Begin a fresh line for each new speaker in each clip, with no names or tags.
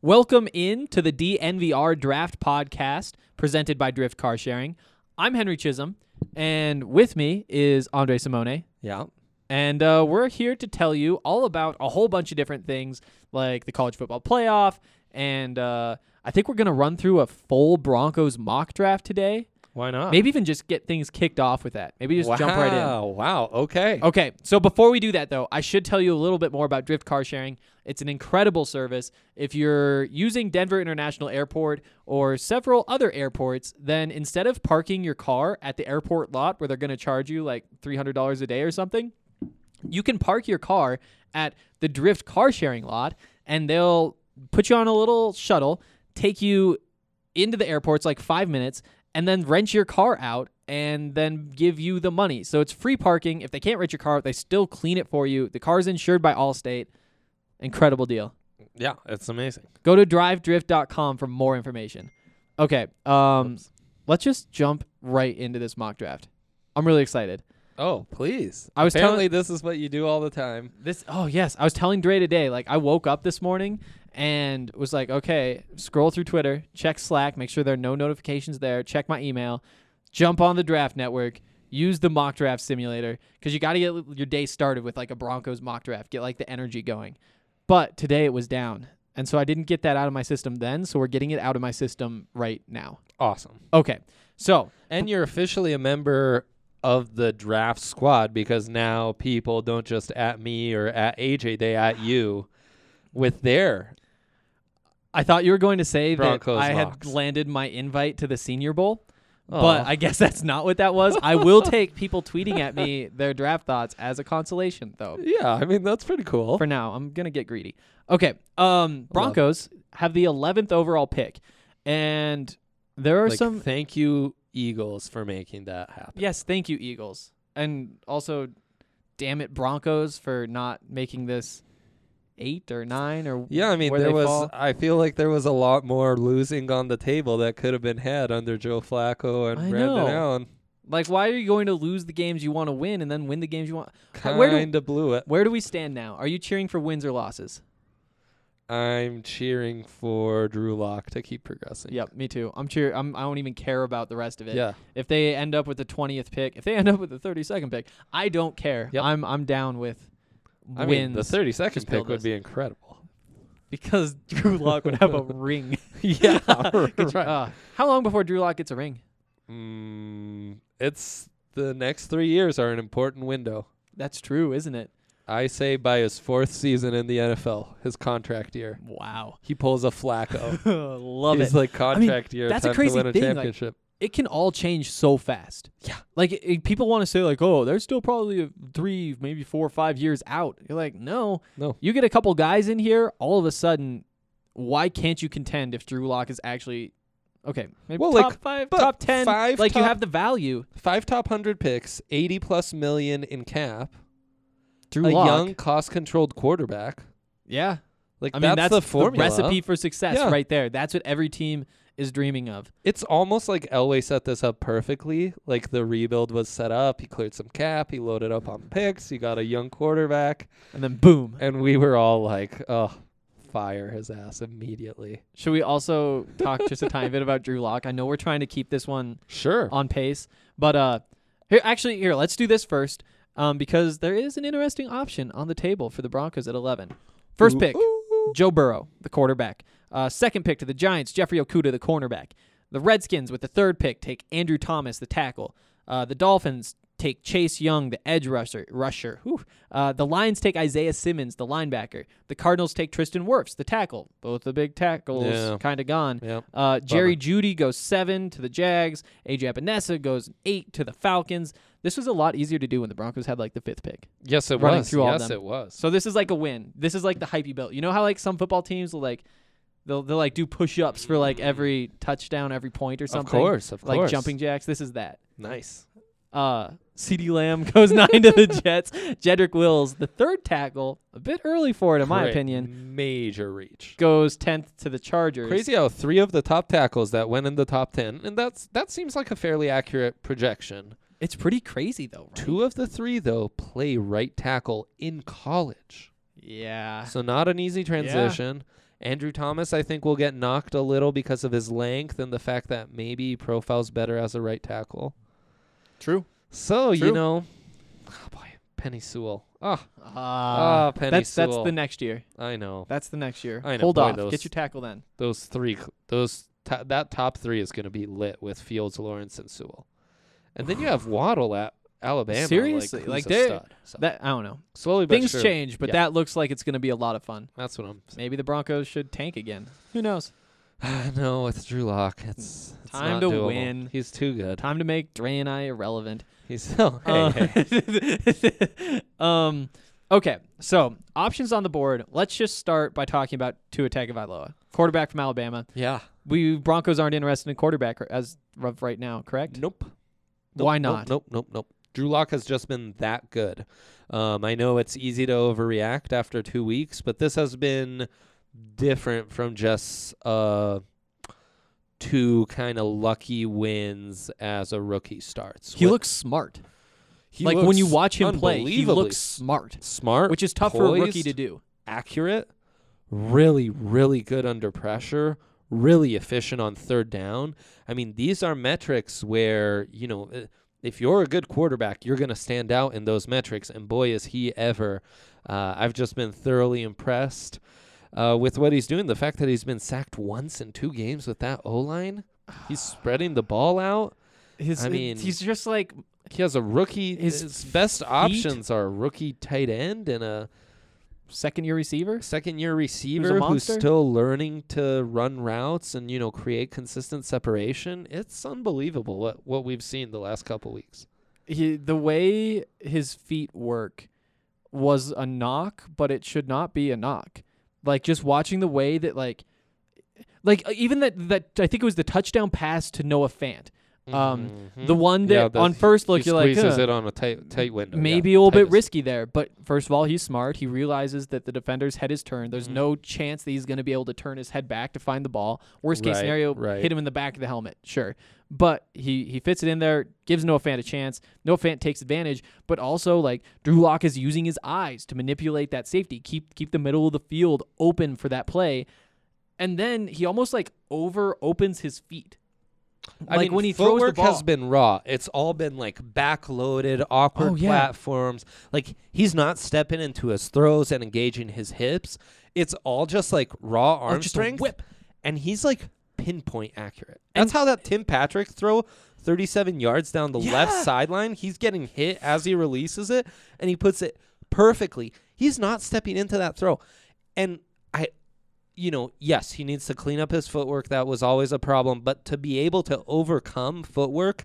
Welcome in to the DNVR Draft Podcast presented by Drift Car Sharing. I'm Henry Chisholm, and with me is Andre Simone.
Yeah.
And uh, we're here to tell you all about a whole bunch of different things like the college football playoff. And uh, I think we're going to run through a full Broncos mock draft today.
Why not?
Maybe even just get things kicked off with that. Maybe just
wow,
jump right in. Oh.
Wow. Okay.
Okay, so before we do that though, I should tell you a little bit more about Drift Car Sharing. It's an incredible service. If you're using Denver International Airport or several other airports, then instead of parking your car at the airport lot where they're going to charge you like $300 a day or something, you can park your car at the Drift Car Sharing lot and they'll put you on a little shuttle, take you into the airports like five minutes and then rent your car out and then give you the money. So it's free parking. If they can't rent your car out, they still clean it for you. The car's insured by Allstate. Incredible deal.
Yeah, it's amazing.
Go to drivedrift.com for more information. Okay, um, let's just jump right into this mock draft. I'm really excited.
Oh, please.
I was
Apparently, this is what you do all the time.
This oh yes, I was telling Dre today. Like I woke up this morning and was like, okay, scroll through Twitter, check Slack, make sure there are no notifications there, check my email, jump on the draft network, use the mock draft simulator because you got to get your day started with like a Broncos mock draft, get like the energy going. But today it was down, and so I didn't get that out of my system then. So we're getting it out of my system right now.
Awesome.
Okay, so
And you're officially a member of the draft squad because now people don't just at me or at AJ, they at you with their.
I thought you were going to say
Broncos
that I
locks.
had landed my invite to the Senior Bowl,
Aw.
but I guess that's not what that was. I will take people tweeting at me their draft thoughts as a consolation, though.
Yeah, I mean, that's pretty cool.
For now, I'm gonna get greedy. Okay, um, Broncos have the 11th overall pick, and there are
Like,
some.
Thank you, Eagles, for making that happen.
yes, thank you, Eagles, and also, damn it, Broncos for not making this eight or nine or
Yeah, I mean,
where
there
they
was.
fall.
I feel like there was a lot more losing on the table that could have been had under Joe Flacco and
I
Brandon
know.
Allen.
Like, why are you going to lose the games you want to win and then win the games you want? How- Uh, Where do
Kind of blew it.
where do we stand now? Are you cheering for wins or losses?
I'm cheering for Drew Lock to keep progressing.
Yep, me too. I'm cheer. I'm, I don't even care about the rest of it.
Yeah.
If they end up with the 20th pick, if they end up with the 32nd pick, I don't care.
Yep.
I'm I'm down with
I mean,
wins
the 30 second
Just build
pick would
us.
be incredible.
because Drew Lock would have a ring.
yeah.
Good- uh, how long before Drew Lock gets a ring?
Mm, it's the next three years are an important window.
That's true, isn't it?
I say by his fourth season in the NFL, his contract year,
Wow.
he pulls a Flacco.
Love
He's
it.
like contract year.
that's a
time
crazy
to win a
thing, like-
championship.
it can all change so fast.
Yeah.
Like it, it- people want to say like, "Oh, they're still probably uh, 3, maybe 4 or 5 years out." You're like, "No.
No.
You get a couple guys in here, all of a sudden why can't you contend if Drew Lock is actually okay, maybe
Well,
top
like,
5,
but
top 10,
five
like you
top-
have the value.
Five top hundred picks, eighty plus million in cap,
Drew
a
Lock.
young, cost controlled quarterback.
yeah.
Like
I mean, that's,
that's, the formula.
recipe for success
Yeah.
right there. That's what every team is dreaming of.
It's almost like Elway set this up perfectly. Like the rebuild was set up. He cleared some cap. He loaded up on picks. He got a young quarterback,
And then boom.
and we were all like, "Oh, fire his ass immediately."
Should we also talk just a tiny bit about Drew Lock? I know we're trying to keep this one
Sure.
on pace. But uh, here actually here let's do this first um, because there is an interesting option on the table for the Broncos at 11. First pick, Joe Burrow, the quarterback. Uh, second pick to the Giants, Jeffrey Okuda, the cornerback. The Redskins with the third pick take Andrew Thomas, the tackle. Uh, the Dolphins take Chase Young, the edge rusher. Rusher. Whew. Uh, the Lions take Isaiah Simmons, the linebacker. The Cardinals take Tristan Wirfs, the tackle. Both the big tackles
Yeah.
kind of gone.
Yeah.
Uh, Jerry Judy goes seven to the Jags. AJ Epinesa goes eight to the Falcons. This was a lot easier to do when the Broncos had like the fifth pick.
Yes, it
running
was.
through all
yes,
them.
it was.
So this is like a win. This is like the hype you built. You know how like some football teams will like they'll they'll like do push ups for like every touchdown, every point or something.
of course, of
Like
course.
jumping jacks. This is that.
Nice.
Uh CD Lamb goes nine to the Jets. Jedrick Wills, the third tackle, a bit early for it in my
Great.
opinion,
major reach.
goes tenth to the Chargers.
Crazy how three of the top tackles that went in the top ten, and that's that seems like a fairly accurate projection.
It's pretty crazy though, right?
Two of the three though play right tackle in college,
Yeah.
so not an easy transition. Andrew Thomas, I think, will get knocked a little because of his length and the fact that maybe he profiles better as a right tackle.
True.
So you
True.
know, oh boy, Penny Sewell. Oh,
Ah,
Penny
that's that's
Sewell.
the next year.
I know
That's the next year.
I know,
Hold
boy,
off.
those-
Get your tackle then.
those three. c- Those to- that top three is going to be lit with Fields, Lawrence, and Sewell, and then you have Waddle at Alabama.
Seriously,
like,
like,
who's a
they're-
stud. So
That I don't know.
slowly but
Things
surely.
change, but
Yeah.
that looks like it's going to be a lot of fun.
That's what I'm.
Maybe the Broncos should tank again. Who knows?
saying. no, it's Drew Lock. It's, it's
Time
not
to
doable.
win.
He's too good.
Time to make Dre and I irrelevant.
He's still. Hey,
Uh,
hey.
um, okay, so options on the board. Let's just start by talking about Tua Tagovailoa, quarterback from Alabama.
Yeah.
We Broncos aren't interested in quarterback r- as of right now, correct?
Nope.
Why
Nope,
not?
Nope, nope, nope. Drew Lock has just been that good. Um, I know it's easy to overreact after two weeks, but this has been different from just uh, two kind of lucky wins as a rookie starts.
He
What-
looks smart.
he
like when you
looks
watch him play, he
unbelievably
looks smart,
smart,
which is tough for a rookie to
poised,
do.
accurate, really, really good under pressure, really efficient on third down. I mean, these are metrics where, you know, i- if you're a good quarterback, you're going to stand out in those metrics. And boy, is he ever. Uh, I've just been thoroughly impressed uh, with what he's doing. The fact that he's been sacked once in two games with that O line, he's spreading the ball out.
His,
I mean-
he's just like
He has a rookie.
His
His, best
feet-
options are a rookie tight end and a
second year receiver.
second year receiver who's
monster?
still learning to run routes and you know create consistent separation it's unbelievable what, what we've seen the last couple weeks
He, the way his feet work was a knock, but it should not be a knock. Like just watching the way that like, like uh, even that that I think it was the touchdown pass to Noah Fant, Um, the one
Hmm. Yeah,
that
the-
on first look
Mm-hmm. he
you're like
squeezes
"Huh,
it on a tight tight window yeah,
maybe a little bit
tightest-
risky there, but first of all he's smart. He realizes that the defender's head is turned. There's
Mhm.
no chance that he's going to be able to turn his head back to find the ball. Worst case
Right,
scenario,
right.
hit him in the back of the helmet, sure. But he he fits it in there, gives Noah Fant a chance. Noah Fant takes advantage, but also like Drew Lock is using his eyes to manipulate that safety, keep keep the middle of the field open for that play, and then he almost like over opens his feet.
I
like
mean,
when he
footwork
throws the ball,
has been raw. It's all been like backloaded, awkward
Oh, yeah.
platforms. Like he's not stepping into his throws and engaging his hips. It's all just like raw arm
Oh, just a
strength.
whip.
And he's like pinpoint accurate. That's how that Tim Patrick throw 37 yards down the left
Yeah.
sideline. He's getting hit as he releases it and he puts it perfectly. He's not stepping into that throw. And I you know, yes, he needs to clean up his footwork. That was always a problem. But to be able to overcome footwork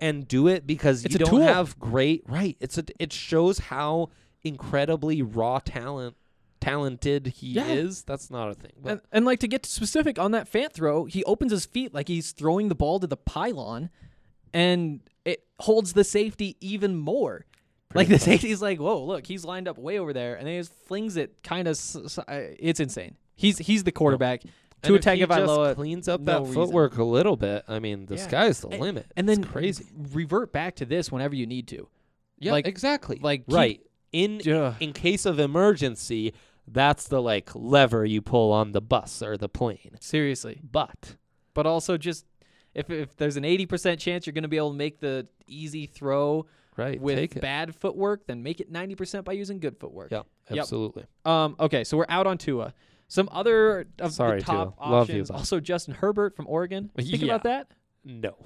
and do it because
It's
you
a
don't
tool.
have great right. It's a it shows how incredibly raw talent talented he
Yeah.
is. That's not a thing. But
And, and like to get specific on that Fant throw, he opens his feet like he's throwing the ball to the pylon, and it holds the safety even more. like the
Pretty
safety's like, whoa, look, he's lined up way over there, and then he just flings it. Kind of, s- s- I- it's insane. He's he's the quarterback.
and
Tua
if he just
Tagovailoa,
cleans up
no
that
reason.
footwork a little bit. I mean, the
Yeah.
sky's the
And-
limit.
and
It's
then
crazy.
revert back to this whenever you need to.
Yeah,
like-
exactly.
like, keep-
right in
Ugh.
in case of emergency, that's the like lever you pull on the bus or the plane.
Seriously,
But
but also just if if there's an eighty percent chance you're going to be able to make the easy throw
right, take
with
it.
bad footwork, then make it ninety percent by using good footwork.
Yeah,
Yep.
absolutely.
Um, okay, so we're out on Tua. Some other of
Sorry,
the top
Tua. Love you,
options.
bud.
also, Justin Herbert from Oregon. Think
Yeah.
about that.
No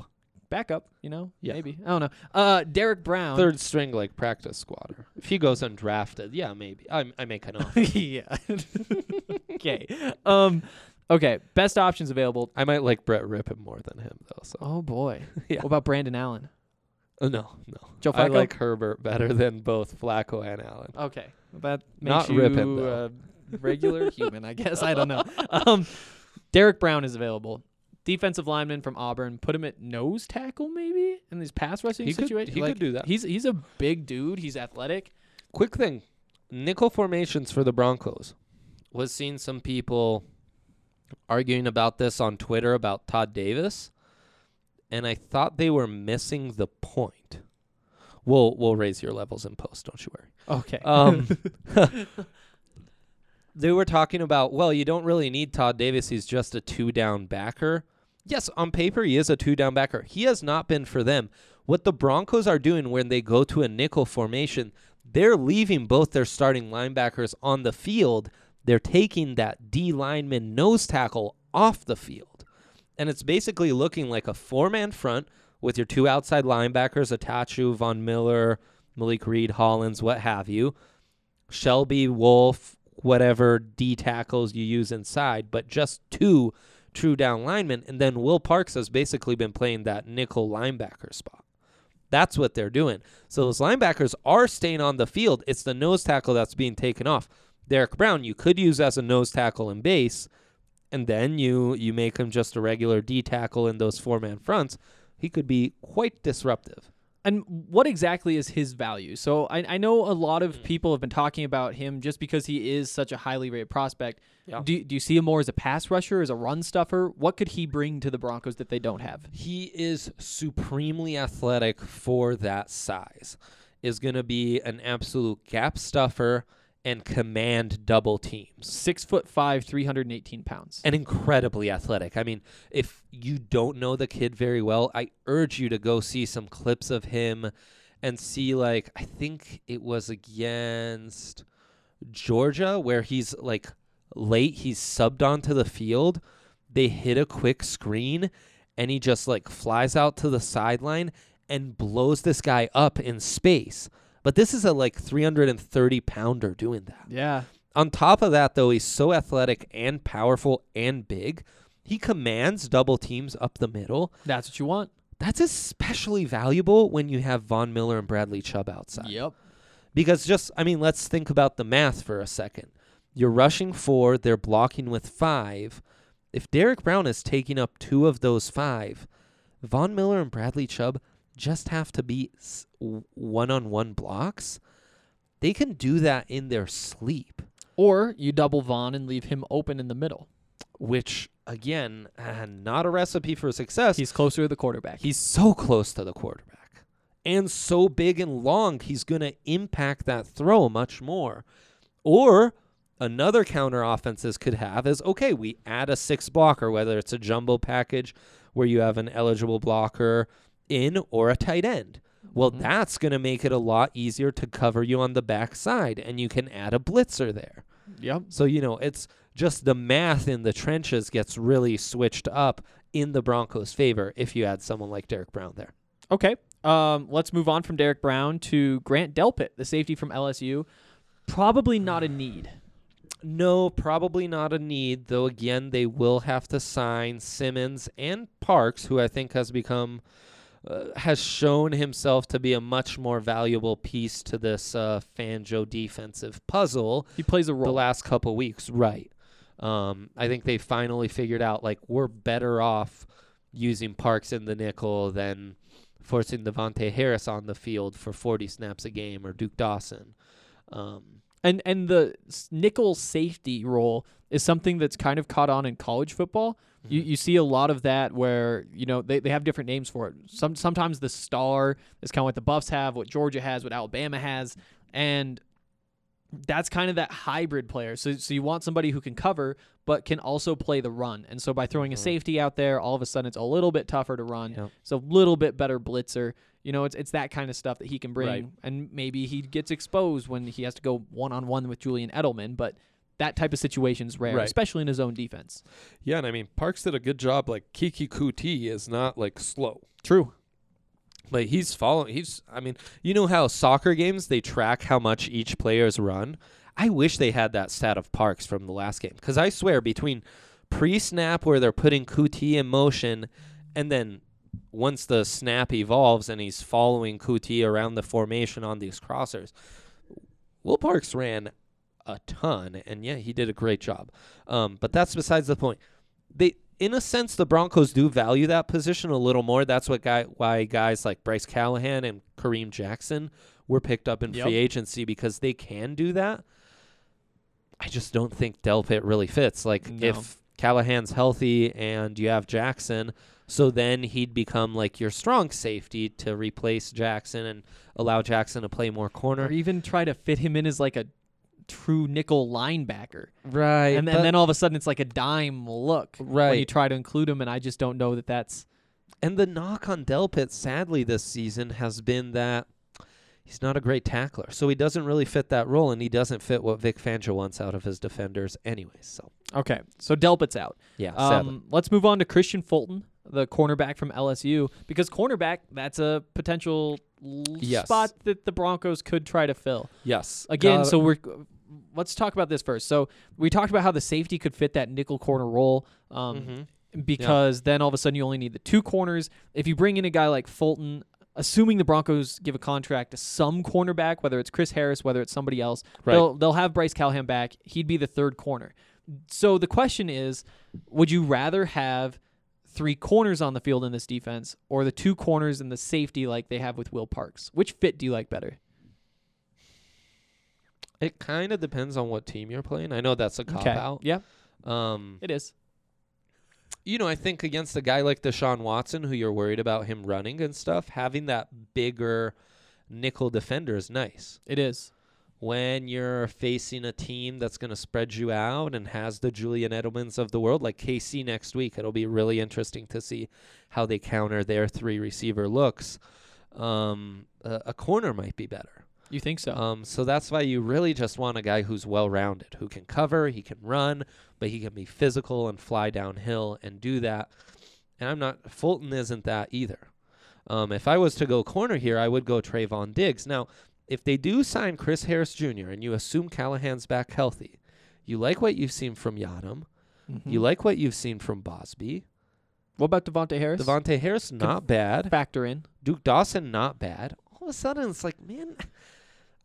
Backup, you know,
Yeah.
maybe. I don't know. Uh, Derek Brown.
third string like practice squatter. If he goes undrafted, yeah, maybe I I make an offer.
yeah. okay. Um, okay. Best options available.
I might like Brett Rippon more than him though. So
Oh boy.
Yeah.
What about Brandon Allen?
Uh, no, no,
Joe
I
Flacco?
like Herbert better than both Flacco and Allen.
Okay, that makes
Not
you
ripping, though.
a regular human, I guess. I don't know. Um, Derek Brown is available. Defensive lineman from Auburn. Put him at nose tackle, maybe in these pass rushing
He could-
situations.
he could do that.
He's he's a big dude. He's athletic.
Quick thing, nickel formations for the Broncos. Was seeing some people arguing about this on Twitter about Todd Davis, and I thought they were missing the point.
Uh,
We'll we'll raise your levels in post, don't you worry.
Okay.
Um, they were talking about, well, you don't really need Todd Davis. He's just a two down backer. Yes, on paper, he is a two down backer. He has not been for them. What the Broncos are doing when they go to a nickel formation, they're leaving both their starting linebackers on the field. They're taking that D lineman nose tackle off the field. And it's basically looking like a four man front with your two outside linebackers, Atachu, Von Miller, Malik Reed, Hollins, what have you. Shelby, Wolf, whatever D tackles you use inside, but just two true down linemen. And then Will Parks has basically been playing that nickel linebacker spot. That's what they're doing. So those linebackers are staying on the field. It's the nose tackle that's being taken off. Derek Brown, you could use as a nose tackle in base, and then you you make him just a regular D tackle in those four man fronts. He could be quite disruptive
and what exactly is his value? So I, I know a lot
Hmm.
of people have been talking about him just because he is such a highly rated prospect.
Yeah.
Do, do you see him more as a pass rusher, as a run stuffer? What could he bring to the Broncos that they don't have?
He is supremely athletic for that size. Is going to be an absolute gap stuffer and command double teams.
Six foot five, 318 pounds.
And incredibly athletic. I mean, if you don't know the kid very well, I urge you to go see some clips of him and see, like, I think it was against Georgia where he's like late, he's subbed onto the field. They hit a quick screen and he just like flies out to the sideline and blows this guy up in space. But this is a like 330 pounder doing that.
Yeah.
On top of that, though, he's so athletic and powerful and big. He commands double teams up the middle.
That's what you want.
That's especially valuable when you have Von Miller and Bradley Chubb outside.
Yep.
Because just, I mean, let's think about the math for a second. You're rushing four, they're blocking with five. If Derek Brown is taking up two of those five, Von Miller and Bradley Chubb just have to be one on one blocks. They can do that in their sleep.
Or you double Vaughn and leave him open in the middle.
which again, uh, not a recipe for success. He's,
He's closer to the quarterback.
so close to the quarterback and so big and long, he's going to impact that throw much more. Or another counter offenses could have is okay, we add a six blocker, whether it's a jumbo package where you have an eligible blocker in or a tight end. Well,
Mhm.
that's going to make it a lot easier to cover you on the backside, and you can add a blitzer there.
Yep.
So, you know, it's just the math in the trenches gets really switched up in the Broncos' favor if you add someone like Derek Brown there.
Okay. Um, let's move on from Derek Brown to Grant Delpit, the safety from LSU. Probably not a need.
No, probably not a need, though again, they will have to sign Simmons and Parks, who I think has become. Uh, has shown himself to be a much more valuable piece to this uh, Fanjo defensive puzzle.
He plays a
the
role.
last couple weeks, right? Um, I think they finally figured out like we're better off using Parks in the nickel than forcing Devontae Harris on the field for 40 snaps a game or Duke Dawson. Um,
And and the s- nickel safety role is something that's kind of caught on in college football. You you see a lot of that where you know they, they have different names for it. Some sometimes the star is kind of what the Buffs have, what Georgia has, what Alabama has, and that's kind of that hybrid player. So so you want somebody who can cover but can also play the run. And so by throwing a
Mhm.
safety out there, all of a sudden it's a little bit tougher to run.
Yep.
It's a little bit better blitzer. You know, it's it's that kind of stuff that he can bring,
Right.
and maybe he gets exposed when he has to go one on one with Julian Edelman. But that type of situation's rare,
Right.
especially in his own defense.
yeah, and I mean Parks did a good job. Like Kiki Kuti is not like slow,
True.
but he's following. He's I mean you know how soccer games they track how much each player's run. I wish they had that stat of Parks from the last game because I swear between pre-snap where they're putting Kuti in motion, and then once the snap evolves and he's following Kuti around the formation on these crossers, Will Parks ran a ton, and yeah, he did a great job. Um, but that's besides the point. They, in a sense, the Broncos do value that position a little more. That's what guy why guys like Bryce Callahan and Kareem Jackson were picked up in
Yep.
free agency because they can do that. I just don't think Delpit really fits. Like
No.
if Callahan's healthy and you have Jackson, so then he'd become like your strong safety to replace Jackson and allow Jackson to play more
Or
corner.
even try to fit him in as like a true nickel linebacker.
Right.
and, then-
but-
and then all of a sudden it's like a dime look when you
Right.
try to include him, and I just don't know that that's
And the knock on Delpit, sadly, this season has been that he's not a great tackler. So he doesn't really fit that role, and he doesn't fit what Vic Fangio wants out of his defenders, anyway. So,
okay. So Delpit's out.
yeah, sadly.
Um, let's move on to Christian Fulton, the cornerback from LSU, because cornerback that's a potential l-
Yes.
spot that the Broncos could try to fill.
Yes.
Again, so we're let's talk about this first. So we talked about how the safety could fit that nickel corner role. Um,
Mm-hmm.
Because then all of a sudden you only need the two corners. If you bring in a guy like Fulton, assuming the Broncos give a contract to some cornerback, whether it's Chris Harris, whether it's somebody else,
Right.
they'll they'll have Bryce Callahan back. He'd be the third corner. So the question is, would you rather have three corners on the field in this defense or the two corners and the safety like they have with Will Parks? Which fit do you like better?
it kind of depends on what team you're playing. I know that's a cop out.
Yeah,
Um,
it is.
you know, I think against a guy like Deshaun Watson, who you're worried about him running and stuff, having that bigger nickel defender is nice.
It is.
when you're facing a team that's going to spread you out and has the Julian Edelmans of the world, like KC next week, it'll be really interesting to see how they counter their three receiver looks. Um, a, a corner might be better.
You think so?
Um, so that's why you really just want a guy who's well rounded, who can cover, he can run, but he can be physical and fly downhill and do that. And I'm not, Fulton isn't that either. Um, if I was to go corner here, I would go Trayvon Diggs. Now, if they do sign Chris Harris Jr. and you assume Callahan's back healthy, you like what you've seen from Yadam,
Mm-hmm.
you
Hmm.
like what you've seen from Bosby.
what about Devonte Harris?
Devontae Harris, not bad.
factor in.
Duke Dawson, not bad. All of a sudden, it's like, man,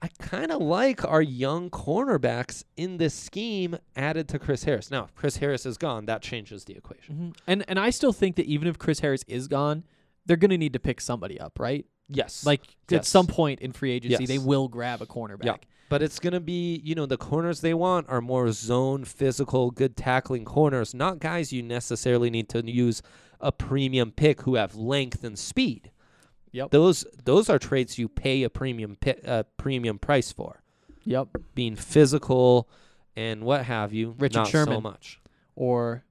I kind of like our young cornerbacks in this scheme added to Chris Harris. Now, if Chris Harris is gone, that changes the equation.
And and I still think that even if Chris Harris is gone, they're going to need to pick somebody up, right?
Yes.
Like at
Yes.
some point in free agency,
Yes.
they will grab a cornerback.
Yeah. But it's going to be, you know, the corners they want are more zone, physical, good tackling corners, not guys you necessarily need to use a premium pick who have length and speed.
Yep.
Those those are traits you pay a premium pi- uh, premium price for,
Yep.
being physical and what have you.
Richard
not so
Sherman.
much.
Or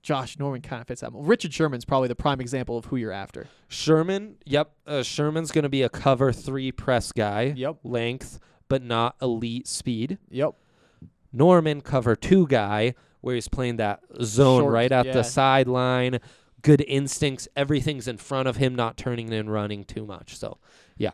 Josh Norman kind of fits that. mold. Richard Sherman's probably the prime example of who you're after.
Sherman, yep, uh, Sherman's going to be a cover three press guy,
Yep.
length but not elite speed.
Yep.
Norman cover two guy where he's playing that zone
Short,
right at
yeah.
the sideline. Good instincts. Everything's in front of him, not turning and running too much. So, yeah,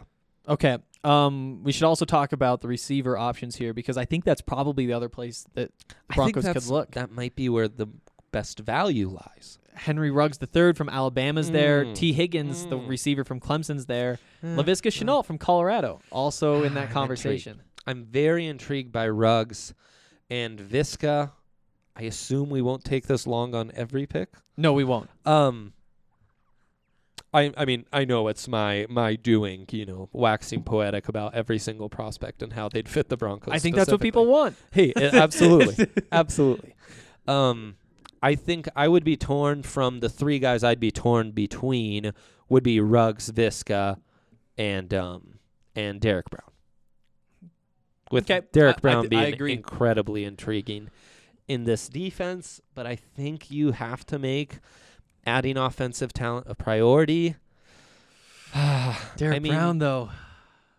Okay. Um, we should also talk about the receiver options here because I think that's probably the other place that the Broncos could look.
That might be where the best value lies.
Henry Ruggs III from Alabama's there.
Mm.
T. Higgins, the
Mm.
receiver from Clemson's there.
Mm.
LaVisca Chenault from Colorado, also in
I'm
Ah, that
intrigued.
conversation.
I'm very intrigued by Ruggs and Visca. I assume we won't take this long on every pick.
No, we won't.
Um I I mean, I know it's my my doing, you know, waxing poetic about every single prospect and how they'd fit the Broncos.
I think that's what people want.
Hey, uh, absolutely. absolutely. Um I think I would be torn from the three guys I'd be torn between would be Ruggs, Visca, and um and Derek Brown. With
Okay, I- I
Derek Brown
th- I
being
agree.
incredibly intriguing in this defense, but I think you have to make adding offensive talent a priority.
Derek
I mean,
Brown, though,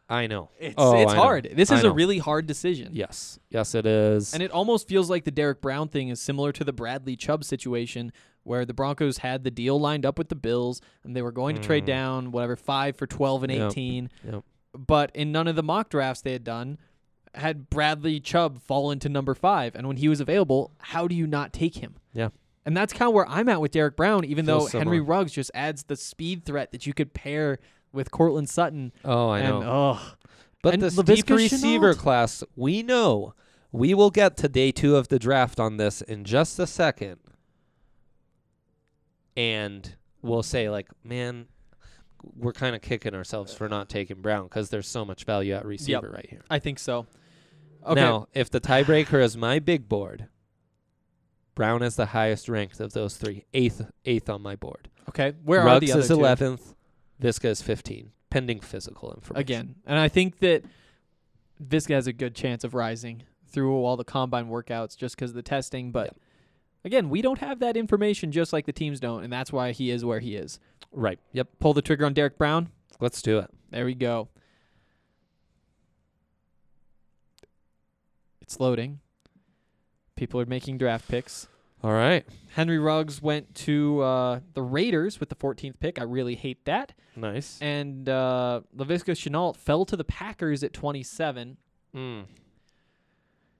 I know.
it's,
Oh,
it's
I know.
hard. This
I
is a
know.
really hard decision.
Yes. Yes, it is.
And it almost feels like the Derek Brown thing is similar to the Bradley Chubb situation where the Broncos had the deal lined up with the Bills and they were going to trade
Mm.
down whatever 5 for 12 and
Yep.
18.
Yep.
But in none of the mock drafts they had done had Bradley Chubb fallen to number 5 and when he was available, how do you not take him?
Yeah.
And that's kind of where I'm at with Derek Brown even
Feels
though Henry
similar.
Ruggs just adds the speed threat that you could pair with Cortland Sutton
oh, I know.
and oh
But
And
this
LaVisca
deep receiver
Chenault.
class, we know we will get to day two of the draft on this in just a second. And we'll say, like, man, we're kind of kicking ourselves for not taking Brown because there's so much value at receiver right here.
I think so. Okay.
Now, if the tiebreaker is my big board, Brown is the highest ranked of those three, eighth, eighth on my board.
okay. Where are
Ruggs
the other
is
two?
11th, Visca is 15, pending physical information.
again. And I think that Visca has a good chance of rising through all the combine workouts just because of the testing. But again, we don't have that information just like the teams don't, and that's why he is where he is.
Right. Yep.
Pull the trigger on Derek Brown.
Let's do it.
There we go. It's loading. People are making draft picks.
All right.
Henry Ruggs went to uh, the Raiders with the 14th pick. I really hate that.
Nice.
And uh, LaVisca Chenault fell to the Packers at 27.
Mm.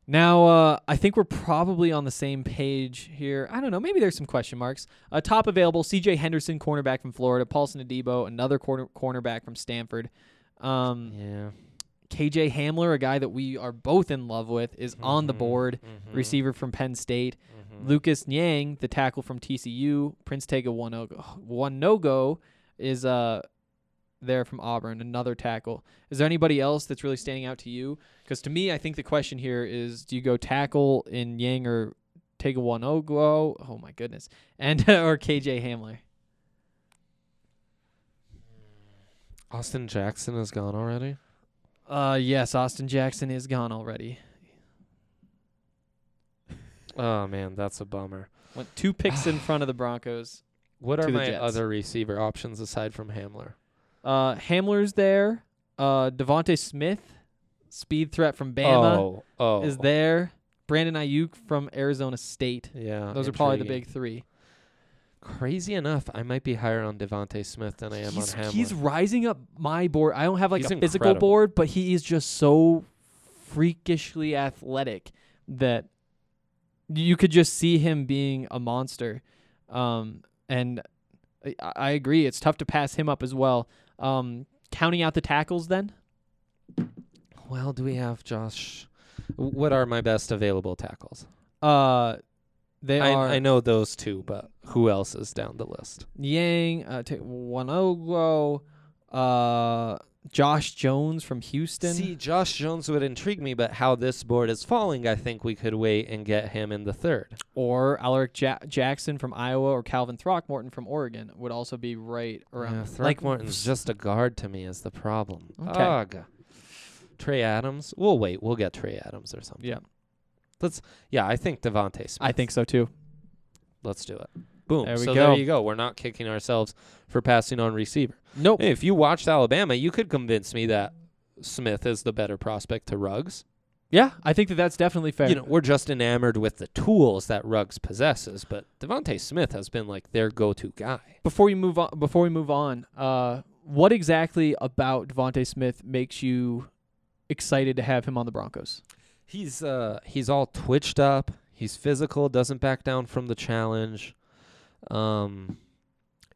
Now, uh, I think we're probably on the same page here. I don't know. Maybe there's some question marks. Uh, top available: C.J. Henderson, cornerback from Florida; Paulson Adebo, another corner cornerback from Stanford. Um,
Yeah.
K.J. Hamler, a guy that we are both in love with, is on the
Mhm.
board.
Mhm.
Receiver from Penn State.
Mhm.
Lucas Nyang, the tackle from TCU. Prince Tega Wanogo, Wanogo is uh there from Auburn, another tackle. Is there anybody else that's really standing out to you? Because to me, I think the question here is do you go tackle in Yang or Tega Wanogo? Oh my goodness. And or KJ Hamler.
Austin Jackson is gone already.
Uh yes, Austin Jackson is gone already.
Oh man, that's a bummer.
Went two picks in front of the Broncos.
What
To
are
the
my
Jets.
other receiver options aside from Hamler?
Uh Hamler's there. Uh Devontae Smith, speed threat from Bama.
Oh, oh,
is there. Brandon Ayuk from Arizona State.
Yeah,
Those are probably the
intriguing.
big three.
Crazy enough, I might be higher on Devonte Smith than I am
He's,
on Hamler.
he's rising up my board. I don't have like
He's
a physical
incredible.
board, but he is just so freakishly athletic that you could just see him being a monster. Um, and I, I agree, it's tough to pass him up as well. Um, counting out the tackles, then
well, do we have Josh? What are my best available tackles?
uh, they
I,
are
I know those two, but who else is down the list?
Yang, uh, Ta- Wanogo, uh, Josh Jones from Houston.
See, Josh Jones would intrigue me, but how this board is falling, I think we could wait and get him in the third.
or Alaric ja- Jackson from Iowa or Calvin Throckmorton from Oregon would also be right around.
Yeah,
like
Throckmorton's just a guard to me is the problem.
Okay.
Ugh. Trey Adams. We'll wait. We'll get Trey Adams or something.
Yeah.
Let's. Yeah, I think Devonte Smith.
I think so too.
Let's do it. Boom.
There we
so
go.
there you go. We're not kicking ourselves for passing on receiver.
Nope.
Hey, if you watched Alabama, you could convince me that Smith is the better prospect to Ruggs.
Yeah, I think that that's definitely fair.
You know, we're just enamored with the tools that Ruggs possesses, but Devonte Smith has been like their go-to guy.
before you move on, before we move on, uh, what exactly about Devonte Smith makes you excited to have him on the Broncos?
He's uh he's all twitched up. He's physical, doesn't back down from the challenge. Um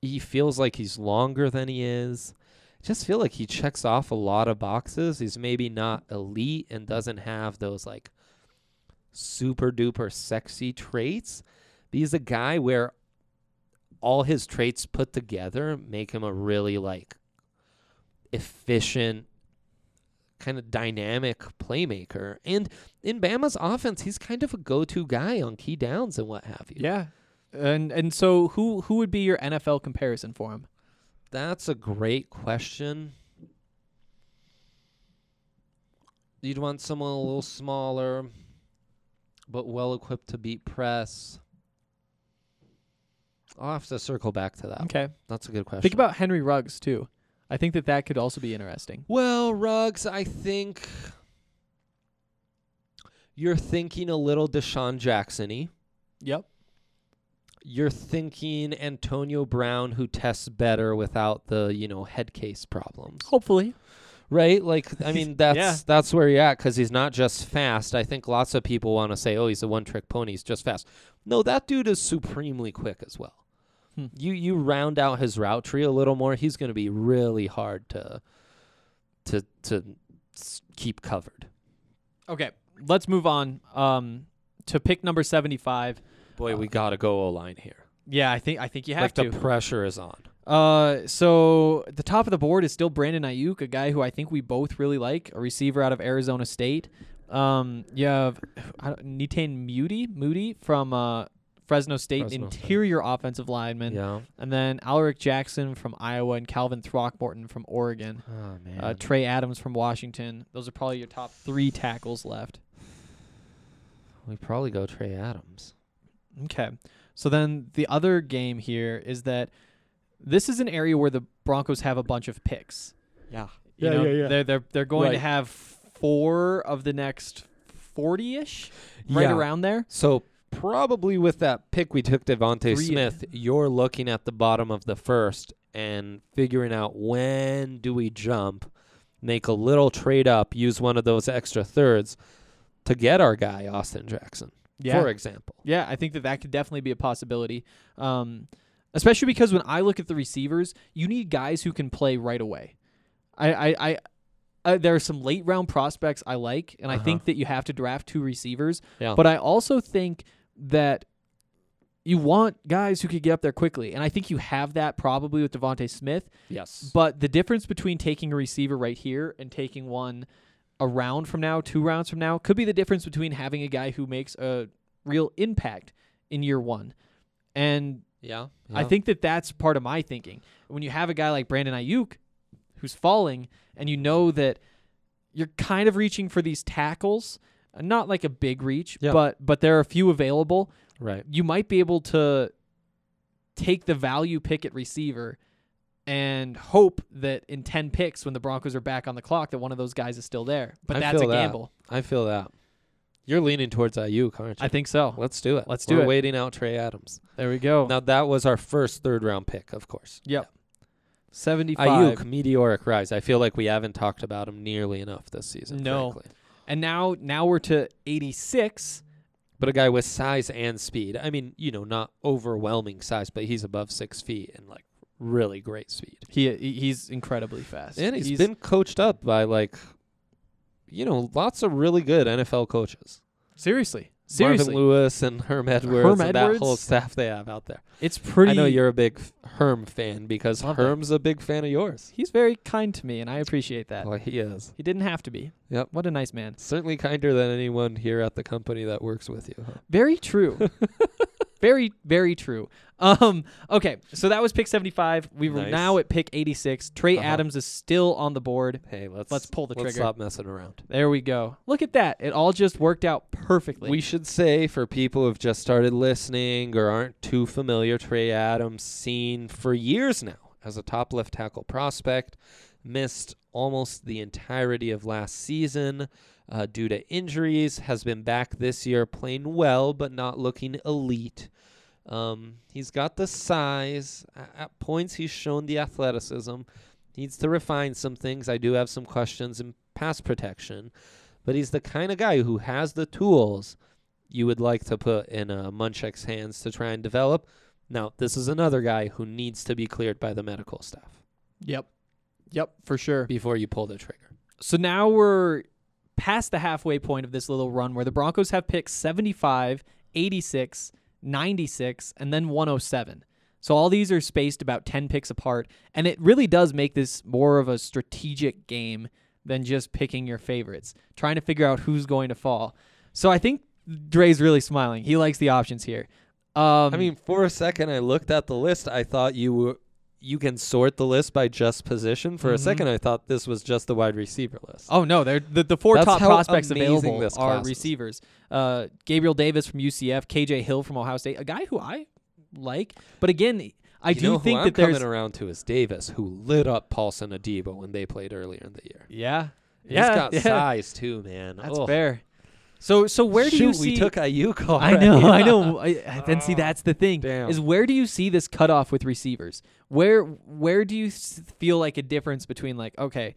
he feels like he's longer than he is. Just feel like he checks off a lot of boxes. He's maybe not elite and doesn't have those like super duper sexy traits. But he's a guy where all his traits put together make him a really like efficient kind of dynamic playmaker. And in Bama's offense, he's kind of a go-to guy on key downs and what have you.
Yeah, and and so who who would be your NFL comparison for him?
That's a great question. You'd want someone a little smaller, but well equipped to beat press. I'll have to circle back to that.
Okay,
That's a good question.
think about Henry Ruggs too. I think that that could also be interesting.
Well, Ruggs, I think you're thinking a little Deshaun Jackson y.
Yep.
You're thinking Antonio Brown, who tests better without the, you know, head case problems.
Hopefully.
Right? Like, I mean, that's
Yeah.
that's where you're at because he's not just fast. I think lots of people want to say, oh, he's a one trick pony. He's just fast. No, that dude is supremely quick as well.
Hmm.
You you round out his route tree a little more. He's going to be really hard to to to s- keep covered.
Okay, let's move on um, to pick number seventy-five.
Boy, we got to go O line here.
Yeah, I think I think you have
like the
to.
pressure is on.
Uh, so the top of the board is still Brandon Ayuk, a guy who I think we both really like, a receiver out of Arizona State. Um, you have I don't- Nitain Moody, Moody from uh, Fresno State
Fresno State.
interior offensive lineman,
Yeah.
and then Alaric Jackson from Iowa and Calvin Throckmorton from Oregon.
Oh man.
Uh, Trey Adams from Washington. Those are probably your top three tackles left.
we probably go Trey Adams.
Okay. So then the other game here is that this is an area where the Broncos have a bunch of picks.
Yeah.
You
Yeah,
know,
yeah, yeah.
They're they're they're going to
Right.
have four of the next forty ish, right
Yeah.
around there.
So probably with that pick we took Devonte
Three-
Smith, you're looking at the bottom of the first and figuring out when do we jump, make a little trade up, use one of those extra thirds to get our guy Austin Jackson,
Yeah.
for example.
Yeah, I think that that could definitely be a possibility. Um, especially because when I look at the receivers, you need guys who can play right away. I, I, I, I there are some late round prospects I like, and I
Uh-huh. Oh.
think that you have to draft two receivers.
Yeah.
But I also think that you want guys who could get up there quickly, and I think you have that probably with Devonte Smith.
yes.
But the difference between taking a receiver right here and taking one a round from now, two rounds from now, could be the difference between having a guy who makes a real impact in year one. And
yeah.
I
yeah.
think that that's part of my thinking. When you have a guy like Brandon Ayuk who's falling, and you know that you're kind of reaching for these tackles, uh, not like a big reach,
Yeah.
but but there are a few available
right.
you might be able to take the value pick at receiver and hope that in 10 picks when the Broncos are back on the clock that one of those guys is still there. But
I
that's a
feel that.
gamble.
I feel that. You're leaning towards Ayuk, aren't you?
I think so.
Let's do it.
Let's
We're
do it.
waiting out Trey Adams.
There we go.
Now that was our first third round pick, of course.
Yep. 75.
Ayuk meteoric rise. I feel like we haven't talked about him nearly enough this season.
No.
frankly.
And now now we're to 86.
but a guy with size and speed. I mean, you know, not overwhelming size, but he's above six feet and like really great speed.
He he's incredibly fast.
And he's been coached up by like, you know, lots of really good NFL coaches.
seriously. Seriously.
Marvin Lewis and Herm Edwards
Herm
and
Edwards?
that whole staff they have out there.
It's pretty
I know you're a big f- Herm fan because
Love that.
Herm's a big fan of yours.
He's very kind to me and I appreciate that.
Well, he is.
He didn't have to be.
Yep.
What a nice man.
Certainly kinder than anyone here at the company that works with you. huh?
Very true. very, very true. Um, okay, so that was pick 75. We were
Nice.
now at pick 86. Trey
Uh-huh.
Adams is still on the board.
Hey, let's
Let's pull the
let's
trigger.
stop messing around.
There we go. Look at that. It all just worked out perfectly.
We should say for people who've just started listening or aren't too familiar, Trey Adams seen for years now as a top left tackle prospect, missed almost the entirety of last season uh, due to injuries, has been back this year playing well but not looking elite. Um, he's got the size. A- At points, he's shown the athleticism. Needs to refine some things. I do have some questions in pass protection but he's the kind of guy who has the tools you would like to put in uh, Munchak's hands to try and develop. Now, this is another guy who needs to be cleared by the medical staff
yep. Yep, for sure.
before you pull the trigger.
So now we're past the halfway point of this little run where the Broncos have picks 75, 86, 96, and then 107. So all these are spaced about 10 picks apart, and it really does make this more of a strategic game than just picking your favorites, trying to figure out who's going to fall. So I think Dre's really smiling. He likes the options here. Um,
I mean, for a second, I looked at the list. I thought you were, you can sort the list by just position. For a
Mhm.
second, I thought this was just the wide receiver list.
Oh no, they're the, the four
That's
top
how
prospects
amazing
available
this
are
class is.
receivers. Uh, Gabriel Davis from UCF, KJ Hill from Ohio State, a guy who I like, but again, I
You
do
know who
think
I'm
that
coming
there's
around to is Davis, who lit up Paulson Adebo when they played earlier in the year.
yeah,
he's
yeah,
got
yeah.
size too, man.
That's
Ugh.
fair. So so where do you
Shoot,
see?
we took IU call?
I know, I know. I, I- then see, that's the thing
Damn.
is where do you see this cutoff with receivers? Where where do you s- feel like a difference between like okay,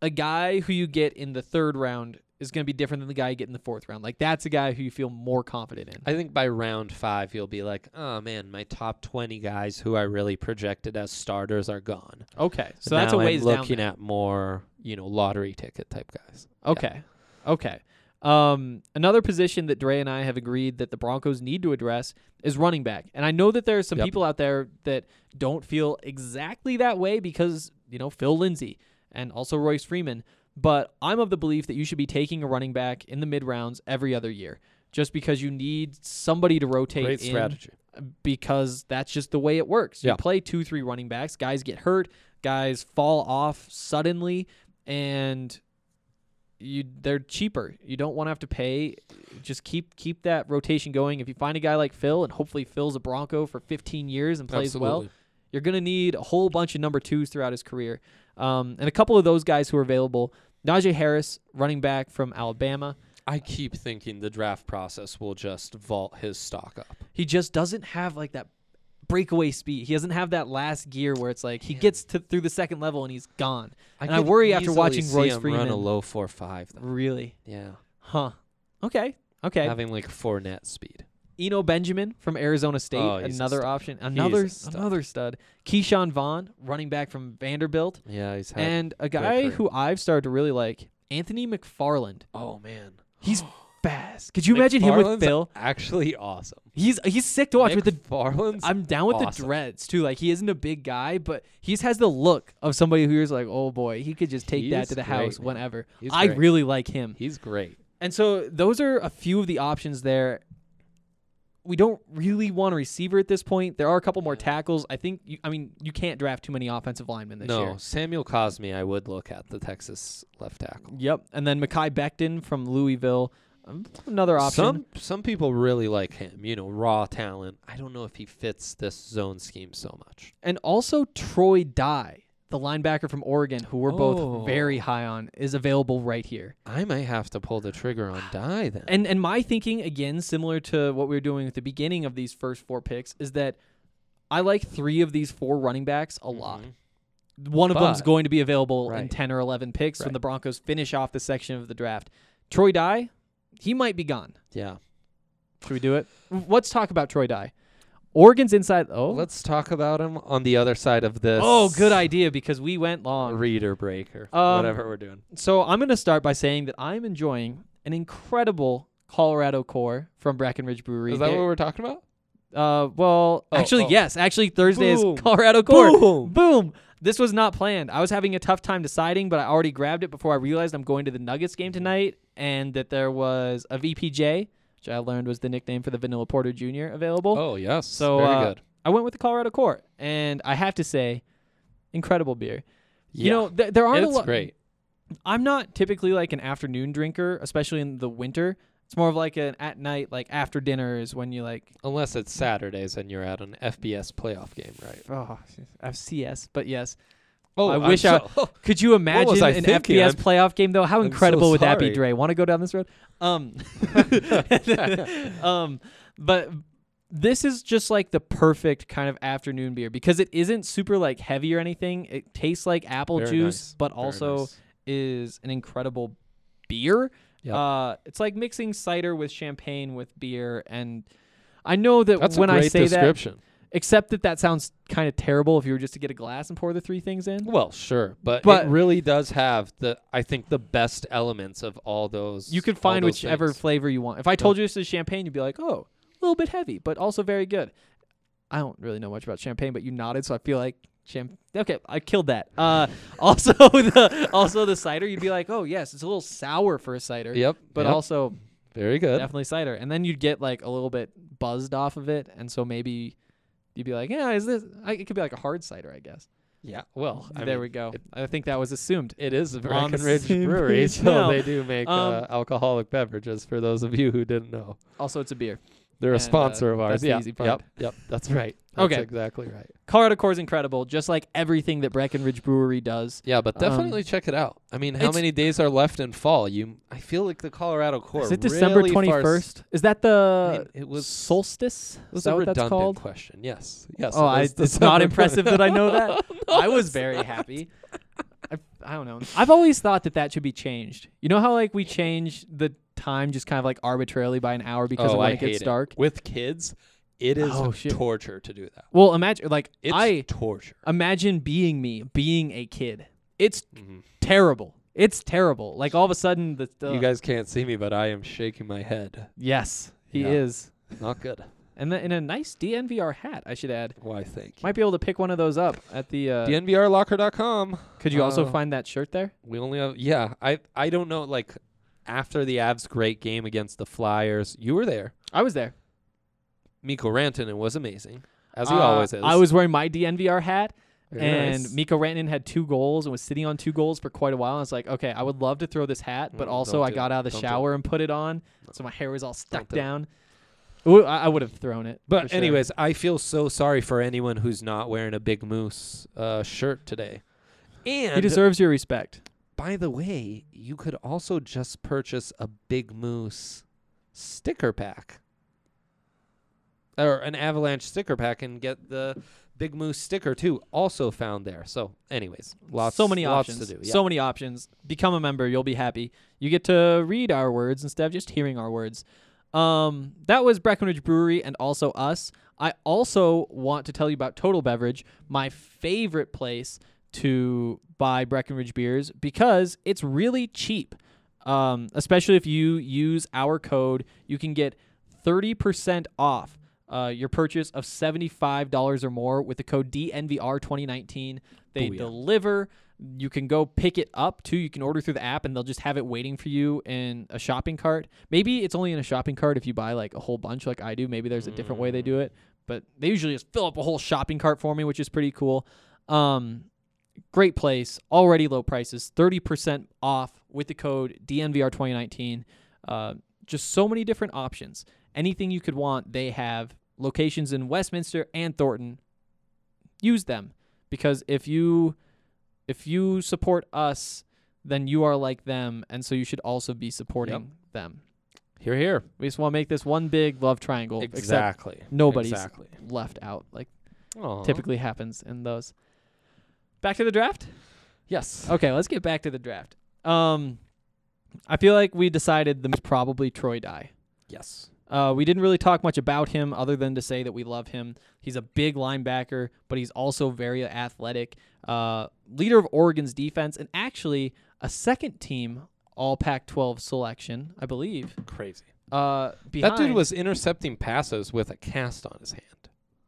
a guy who you get in the third round is going to be different than the guy you get in the fourth round? Like that's a guy who you feel more confident in.
I think by round five, you'll be like, oh man, my top 20 guys who I really projected as starters are gone.
Okay, so
Now
that's a ways
I'm
down.
looking
then.
at more, you know, lottery ticket type guys.
okay, okay. Um, another position that Dre and I have agreed that the Broncos need to address is running back, and I know that there are some
Yep.
people out there that don't feel exactly that way because you know Phil Lindsay and also Royce Freeman. But I'm of the belief that you should be taking a running back in the mid rounds every other year. just because you need somebody to rotate
Great
in
strategy.
because that's just the way it works. You
Yeah.
play two, three running backs, guys get hurt, guys fall off suddenly, and you they're cheaper. You don't want to have to pay. Just keep keep that rotation going. If you find a guy like Phil and hopefully Phil's a Bronco for 15 years and plays well,
Absolutely.
you're going to need a whole bunch of number twos throughout his career. Um, and a couple of those guys who are available, Najee Harris, running back from Alabama.
I keep thinking the draft process will just vault his stock up.
he just doesn't have like that breakaway speed. He doesn't have that last gear where it's like he gets to through the second level and he's gone. and I
could
worry after
easily
watching
see
Royce
him
Freeman.
run a low four five. Though.
Really?
Yeah,
Huh. Okay. Okay.
having like four net speed.
Eno Benjamin from Arizona State,
Oh, he's a
another
stud.
option. Another
a stud.
another stud. Keyshawn Vaughn, running back from Vanderbilt.
Yeah, he's had.
And a
great
guy
career.
who I've started to really like, Anthony McFarland.
oh man,
He's fast. Could you imagine him with
McFarland's
Phil?
Actually, awesome.
He's he's sick to watch with the
Farlands.
I'm down with
awesome.
the dreads too. Like he isn't a big guy, but he just has the look of somebody who's like, oh boy, he could just take
He
that
is
to the
great,
house
man.
whenever.
He's
I
great.
really like him.
He's great.
And so those are a few of the options there. We don't really want a receiver at this point. There are a couple more tackles. I think. You, I mean, you can't draft too many offensive linemen this
no,
year.
Samuel Cosme, I would look at the Texas left tackle.
Yep. And then Makai Becton from Louisville, um, another option.
Some some people really like him. You know, raw talent. I don't know if he fits this zone scheme so much.
And also Troy Dye, the linebacker from Oregon, who we're
Oh.
both very high on, is available right here.
I might have to pull the trigger on die then.
And and my thinking again, similar to what we were doing at the beginning of these first four picks, is that I like three of these four running backs a lot.
Mhm.
One of them's
But-
going to be available in
Right.
ten or eleven picks when
Right.
the Broncos finish off the section of the draft. Troy Dye, he might be gone.
Yeah.
Should we do it? Let's talk about Troy Dye. Oregon's inside. Oh,
Let's talk about him on the other side of this.
oh, good idea because we went long.
Reader breaker,
Um,
whatever we're doing.
So I'm going to start by saying that I'm enjoying an incredible Colorado core from Brackenridge Brewery.
Is that
They're-
what we're talking about?
Uh, well,
Oh,
actually,
oh.
yes. Actually, Thursday
Boom.
is Colorado Court.
Boom.
Boom. This was not planned. I was having a tough time deciding, but I already grabbed it before I realized I'm going to the Nuggets
Mm-hmm.
game tonight, and that there was a VPJ, which I learned was the nickname for the Vanilla Porter Jr. available.
Oh yes,
so
very
uh,
good.
I went with the Colorado Court, and I have to say, incredible beer.
Yeah.
You know, th- there aren't
it's
a lot.
great.
I'm not typically like an afternoon drinker, especially in the winter. It's more of like an at night, like after dinner is when you like
Unless it's Saturdays and you're at an FBS playoff game, right?
oh FCS, but yes.
Oh,
I
I'm
wish I-
so-
Could you imagine
I
an
thinking?
FBS
I'm-
playoff game though? How
I'm so
incredible would that be,
sorry.
Dre? Want to go down this road? Um, um, but this is just like the perfect kind of afternoon beer because it isn't super like heavy or anything. It tastes like apple
Very
juice,
nice,
but
very
also
nice.
is an incredible beer.
Yep.
Uh, it's like mixing cider with champagne with beer, and I know that
That's
when
a great
I say that,
description.
except that that sounds kind of terrible if you were just to get a glass and pour the three things in.
Well, sure, but,
But-
it really does have the I think the best elements of all those.
You could
all
find
those
whichever
things.
flavor you want. If I told you this is champagne, you'd be like, oh, a little bit heavy, but also very good. I don't really know much about champagne, but you nodded, so I feel like champ. Okay, I killed that. Uh, also the also the cider, you'd be like, oh yes, it's a little sour for a cider,
Yep,
but
yep,
also
very good.
definitely cider. And then you'd get like a little bit buzzed off of it, and so maybe you'd be like, yeah, is this? I, it could be like a hard cider, I guess.
Yeah, well, I
there
mean,
we go.
it-
I think that was assumed.
It is a
On the
Breckenridge
same
brewery,
page
so
now.
they do make
Um,
uh, alcoholic beverages. For those of you who didn't know,
Also, it's a beer.
they're a
and, uh,
sponsor of ours.
that's the
yeah,
easy part.
yep, yep. That's right. That's
Okay.
exactly right.
Colorado Core is incredible, just like everything that Breckenridge Brewery does.
Yeah, but
Um,
definitely check it out. I mean, how
it's-
many days are left in fall? You, I feel like the Colorado core.
Is it December
really far
twenty
s-
first? Is that the
I mean, it was-
solstice?
It was
Is that
a
what
redundant
that's called?
question. Yes, yes.
oh,
it
I,
was
it's not
December
impressive that I know that.
No,
I was
it's
very happy. I, I don't know. I've always thought that that should be changed. You know how like we change the time just kind of like arbitrarily by an hour because
oh,
of when
I
it gets
hate
dark.
With kids, it is
Oh, shit.
torture to do that.
Well, imagine like
It's
I
torture.
imagine being me, being a kid. It's
Mhm.
terrible. It's terrible. Like all of a sudden the, the
You guys can't see me, but I am shaking my head.
yes, he
Yeah.
is.
Not good.
And then in a nice DNVR hat, I should add.
Why? Thank you.
Might be able to pick one of those up at the. Uh, oh.
DNVRLocker.com.
could you also
uh,
find that shirt there?
We only have yeah. I I don't know like after the Avs' great game against the Flyers. You were there.
I was there.
Miko Rantanen was amazing, as he
Uh,
always is.
I was wearing my DNVR hat,
Very
and
nice.
Miko Rantanen had two goals and was sitting on two goals for quite a while. And I was like, okay, I would love to throw this hat, but
Mm,
also
don't
I
do
got
it.
out of the
Don't do it.
shower and put it on, so my hair was all stuck
do it.
down. Ooh, I, I would have thrown it. for
But
sure.
anyways, I feel so sorry for anyone who's not wearing a Big Moose uh, shirt today. And
he deserves your respect.
by the way, you could also just purchase a Big Moose sticker pack or an Avalanche sticker pack and get the Big Moose sticker too, also found there. So, anyways, lots
so many
lots
options.
to do. Yeah.
So many options. Become a member. You'll be happy. You get to read our words instead of just hearing our words. Um, that was Breckenridge Brewery and also us. I also want to tell you about Total Beverage, my favorite place to buy Breckenridge beers because it's really cheap. Um, especially if you use our code, you can get 30% off uh, your purchase of $75 or more with the code DNVR2019. They
Booyah.
deliver. You can go pick it up too. You can order through the app and they'll just have it waiting for you in a shopping cart. Maybe it's only in a shopping cart if you buy like a whole bunch like I do. Maybe there's a different way they do it, but they usually just fill up a whole shopping cart for me, which is pretty cool. Um, great place, already low prices, 30% off with the code DNVR2019. Uh, just so many different options. Anything you could want, they have locations in Westminster and Thornton. Use them because if you if you support us, then you are like them, and so you should also be supporting them.
here, here.
We just want to make this one big love triangle. Except
Exactly.
nobody's
exactly.
left out, like
Aw.
typically happens in those. Back to the draft.
Yes.
Okay, let's get back to the draft. Um, I feel like we decided the most probably Troy Die.
Yes.
Uh, we didn't really talk much about him other than to say that we love him. He's a big linebacker, but he's also very athletic. Uh, leader of Oregon's defense, and actually a second team All Pac 12 selection, I believe.
Crazy.
Uh, behind,
That dude was intercepting passes with a cast on his hand.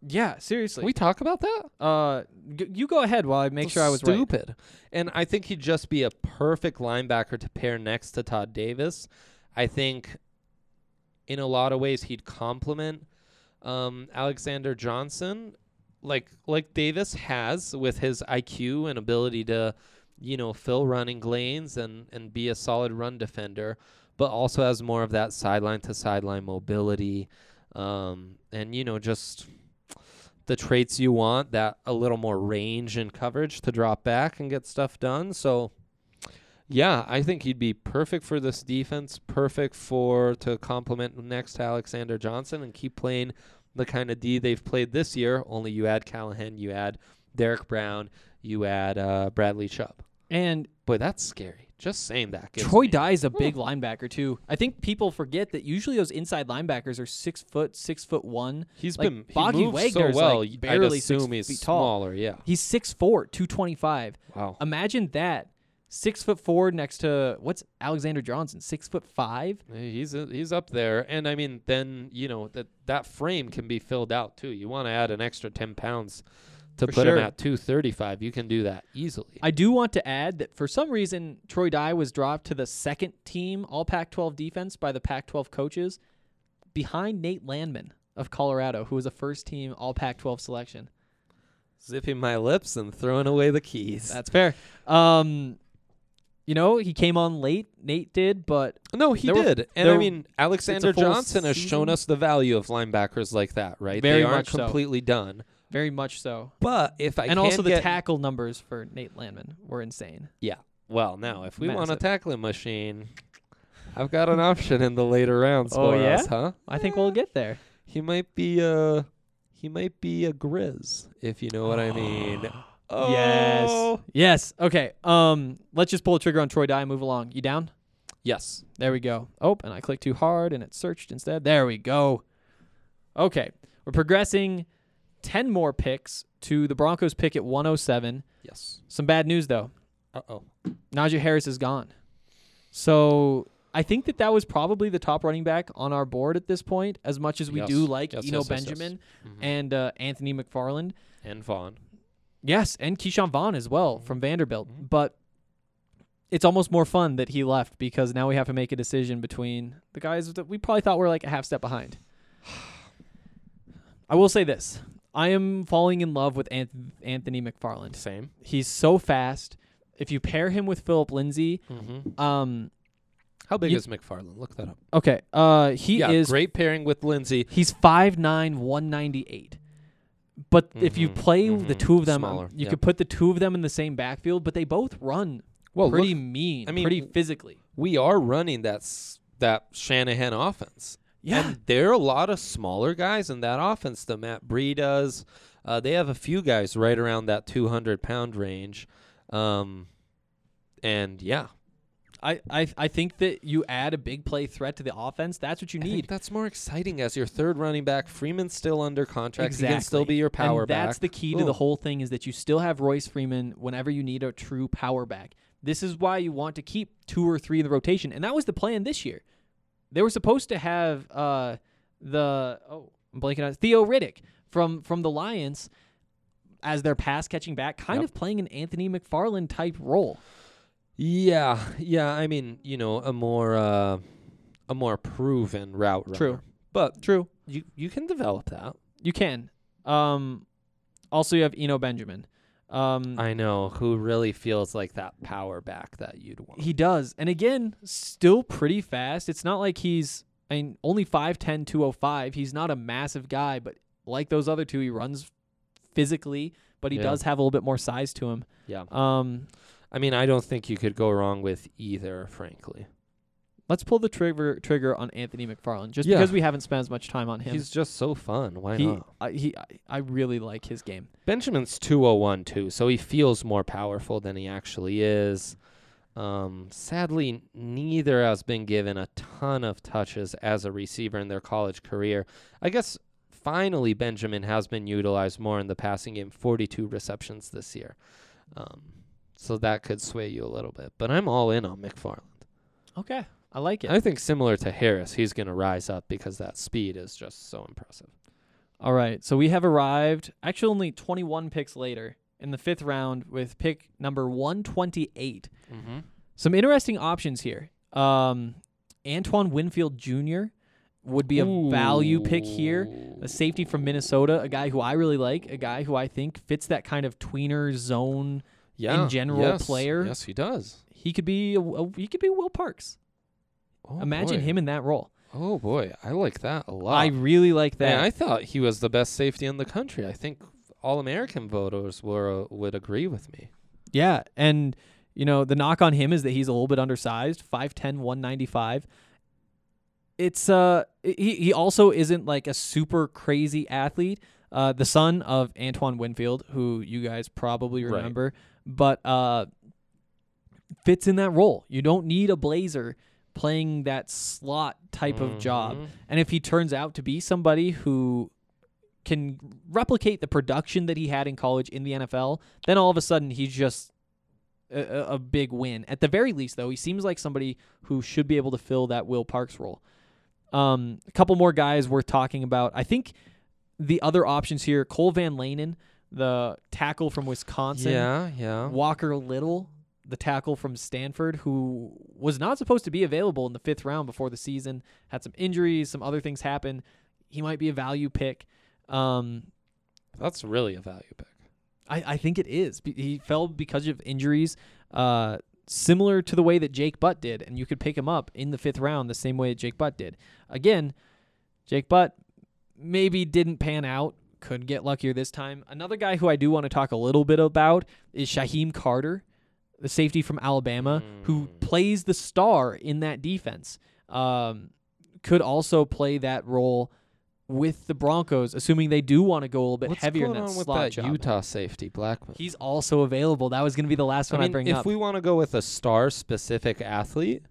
Yeah, seriously.
Can we talk about that?
uh, g- you go ahead while I make sure I was right.
stupid. And I think he'd just be a perfect linebacker to pair next to Todd Davis. I think in a lot of ways he'd complement um, Alexander Johnson, like like Davis has with his IQ and ability to, you know, fill running lanes and and be a solid run defender, but also has more of that sideline to sideline mobility, um, and you know just the traits you want that a little more range and coverage to drop back and get stuff done. So, yeah, I think he'd be perfect for this defense, perfect for to complement next to Alexander Johnson and keep playing the kind of D they've played this year. Only you add Callahan, you add Derek Brown, you add uh, Bradley Chubb.
And
Boy, that's scary. Just saying that. gives
Troy
me-
Dye is a big linebacker, too. I think people forget that usually those inside linebackers are six foot, six foot one.
He's
like,
been he
Boggy
moves
Wagner's,
so well.
like,
y-
barely
I'd
six
assume he's
feet tall.
smaller. Yeah.
He's 6'4, 225.
Wow.
Imagine that. Six foot four next to what's Alexander Johnson? Six foot five?
Uh, He's uh, he's up there, and I mean, then you know that that frame can be filled out too. You want to add an extra ten pounds to
For
put
sure.
him at two thirty five. You can do that easily.
I do want to add that for some reason Troy Dye was dropped to the second team all Pac twelve defense by the Pac twelve coaches behind Nate Landman of Colorado, who was a first team all Pac twelve selection.
Zipping my lips and throwing away the keys.
That's fair. Um you know, he came on late, Nate did, but
no, he
there were-
did, and I
there-
mean, Alexander
full
Johnson has
season.
shown us the value of linebackers like that, right?
Very
they aren't
much so.
completely done.
very much so.
But if I
and
can
also the
get-
tackle numbers for Nate Landman were insane.
yeah. Well, now if we want a
Massive.
tackling machine, I've got an option in the later rounds
Oh,
for
yeah?
us, huh?
I think
Eh.
we'll get there.
He might be a he might be a Grizz, if you know what I mean. Oh.
Yes. Yes. Okay. Um, let's just pull the trigger on Troy Dye and move along. You down?
Yes.
There we go. Oh, and I clicked too hard and it searched instead. There we go. Okay. We're progressing 10 more picks to the Broncos pick at 107.
Yes.
Some bad news though.
Uh oh.
Najee Harris is gone. So I think that that was probably the top running back on our board at this point, as much as we
Yes.
do like
Yes,
Eno
yes, yes, yes.
Benjamin
Mhm.
and uh, Anthony McFarland.
And Vaughn. Mm-hmm.
Yes, and Keyshawn Vaughn as well from Vanderbilt. But it's almost more fun that he left because now we have to make a decision between the guys that we probably thought were like a half step behind. I will say this. I am falling in love with Anth- Anthony McFarland.
Same.
He's so fast. If you pair him with Philip Lindsay,
Mm-hmm.
um
How big
You-
is McFarland? Look that up.
okay, uh he
yeah,
is
great pairing with Lindsay.
He's 5'9", 198. But if you
Mhm,
play the
mhm,
two of them,
smaller,
you
yeah.
could put the two of them in the same backfield, but they both run
Well,
pretty
look,
mean,
I mean,
pretty
w-
physically.
we are running that s- that Shanahan offense.
Yeah.
And there are a lot of smaller guys in that offense that Matt Bree does. Uh, they have a few guys right around that 200 pound range. Um, and yeah,
I, I, I think that you add a big play threat to the offense. That's what you
I think
need.
that's more exciting as your third running back. Freeman's still under contract. He can still
Exactly.
be your power
and
back.
that's the key to
Boom.
the whole thing is that you still have Royce Freeman whenever you need a true power back. This is why you want to keep two or three in the rotation, and that was the plan this year. They were supposed to have uh, the oh I'm blanking on Theo Riddick from from the Lions as their pass catching back, kind
Yep.
of playing an Anthony McFarland type role.
Yeah, yeah. I mean, you know, a more uh, a more proven route runner.
True.
but
True,
you you can develop that.
you can. Um, also, you have Eno Benjamin. Um,
I know who really feels like that power back that you'd want.
He does. And again, still pretty fast. It's not like he's I mean, only 5'10, 205. He's not a massive guy, but like those other two, he runs physically, but he
Yeah.
does have a little bit more size to him.
yeah.
Um,
I mean, I don't think you could go wrong with either, frankly.
let's pull the trigger trigger on Anthony McFarland just
Yeah.
because we haven't spent as much time on him.
He's just so fun. Why
he,
not?
I, he, I- I really like his game.
Benjamin's 201 too, so he feels more powerful than he actually is. Um, sadly, neither has been given a ton of touches as a receiver in their college career. I guess finally Benjamin has been utilized more in the passing game, 42 receptions this year. Um, so that could sway you a little bit, but I'm all in on McFarland.
Okay, I like it.
I think similar to Harris, he's going to rise up because that speed is just so impressive.
All right, so we have arrived actually only 21 picks later in the fifth round with pick number 128.
Mm-hmm.
Some interesting options here. Um, Antoine Winfield Jr. would be a value pick here. A safety from Minnesota, a guy who I really like, a guy who I think fits that kind of tweener zone. general
yes,
player.
Yes, he does.
He could be a, a- he could be Will Parks.
Oh,
Imagine
boy.
him in that role.
Oh boy, I like that a lot.
I
Man,
really like that.
I thought he was the best safety in the country. I think all American voters were would agree with me.
Yeah, and you know, the knock on him is that he's a little bit undersized, 5'10", 195. It's uh he he also isn't like a super crazy athlete. Uh the son of Antoine Winfield, who you guys probably
Right.
remember, but uh fits in that role. You don't need a blazer playing that slot type of job.
Mhm.
And if he turns out to be somebody who can replicate the production that he had in college in the NFL, then all of a sudden he's just a- a, a big win. At the very least, though, he seems like somebody who should be able to fill that Will Parks role. Um, a couple more guys worth talking about. I think the other options here: Cole Van Lanen, the tackle from Wisconsin.
Yeah, yeah.
Walker Little, the tackle from Stanford, who was not supposed to be available in the fifth round before the season, had some injuries, some other things happen. He might be a value pick. Um,
That's really a value pick.
I, I think it is. Be- He fell because of injuries, uh, similar to the way that Jake Butt did, and you could pick him up in the fifth round the same way that Jake Butt did. Again, Jake Butt maybe didn't pan out. Could get luckier this time. Another guy who I do want to talk a little bit about is Shaheem Carter, the safety from Alabama, who
Mm.
plays the star in that defense. Um, could also play that role with the Broncos, assuming they do want to go a little bit
What's
heavier
going
in that
on with
slot
that
job.
Utah safety Blackman?
He's also available. That was going to be the last
I
one I,
mean,
bring
if
up.
we want to go with a star specific athlete,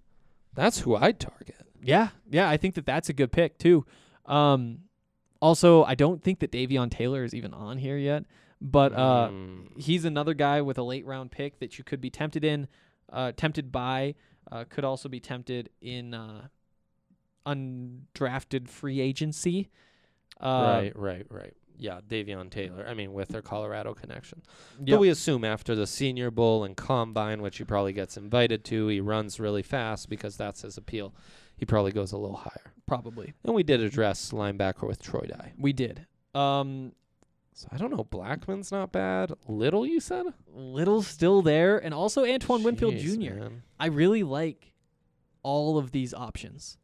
that's who I'd target.
yeah, yeah, I think that that's a good pick too. Um, also, I don't think that Davion Taylor is even on here yet, but uh,
Mm.
he's another guy with a late round pick that you could be tempted in, uh, tempted by, uh, could also be tempted in uh, undrafted free agency. Uh,
right, right, right. yeah, Davion Taylor. I mean, with their Colorado connection.
Yep.
But we assume after the Senior Bowl and Combine, which he probably gets invited to, he runs really fast because that's his appeal. He probably goes a little higher.
probably.
And we did address linebacker with Troy Dye.
We did. Um,
So I don't know. Blackman's not bad. Little, you said?
Little still there, and also Antoine Winfield
Jeez,
Jr.
man.
I really like all of these options.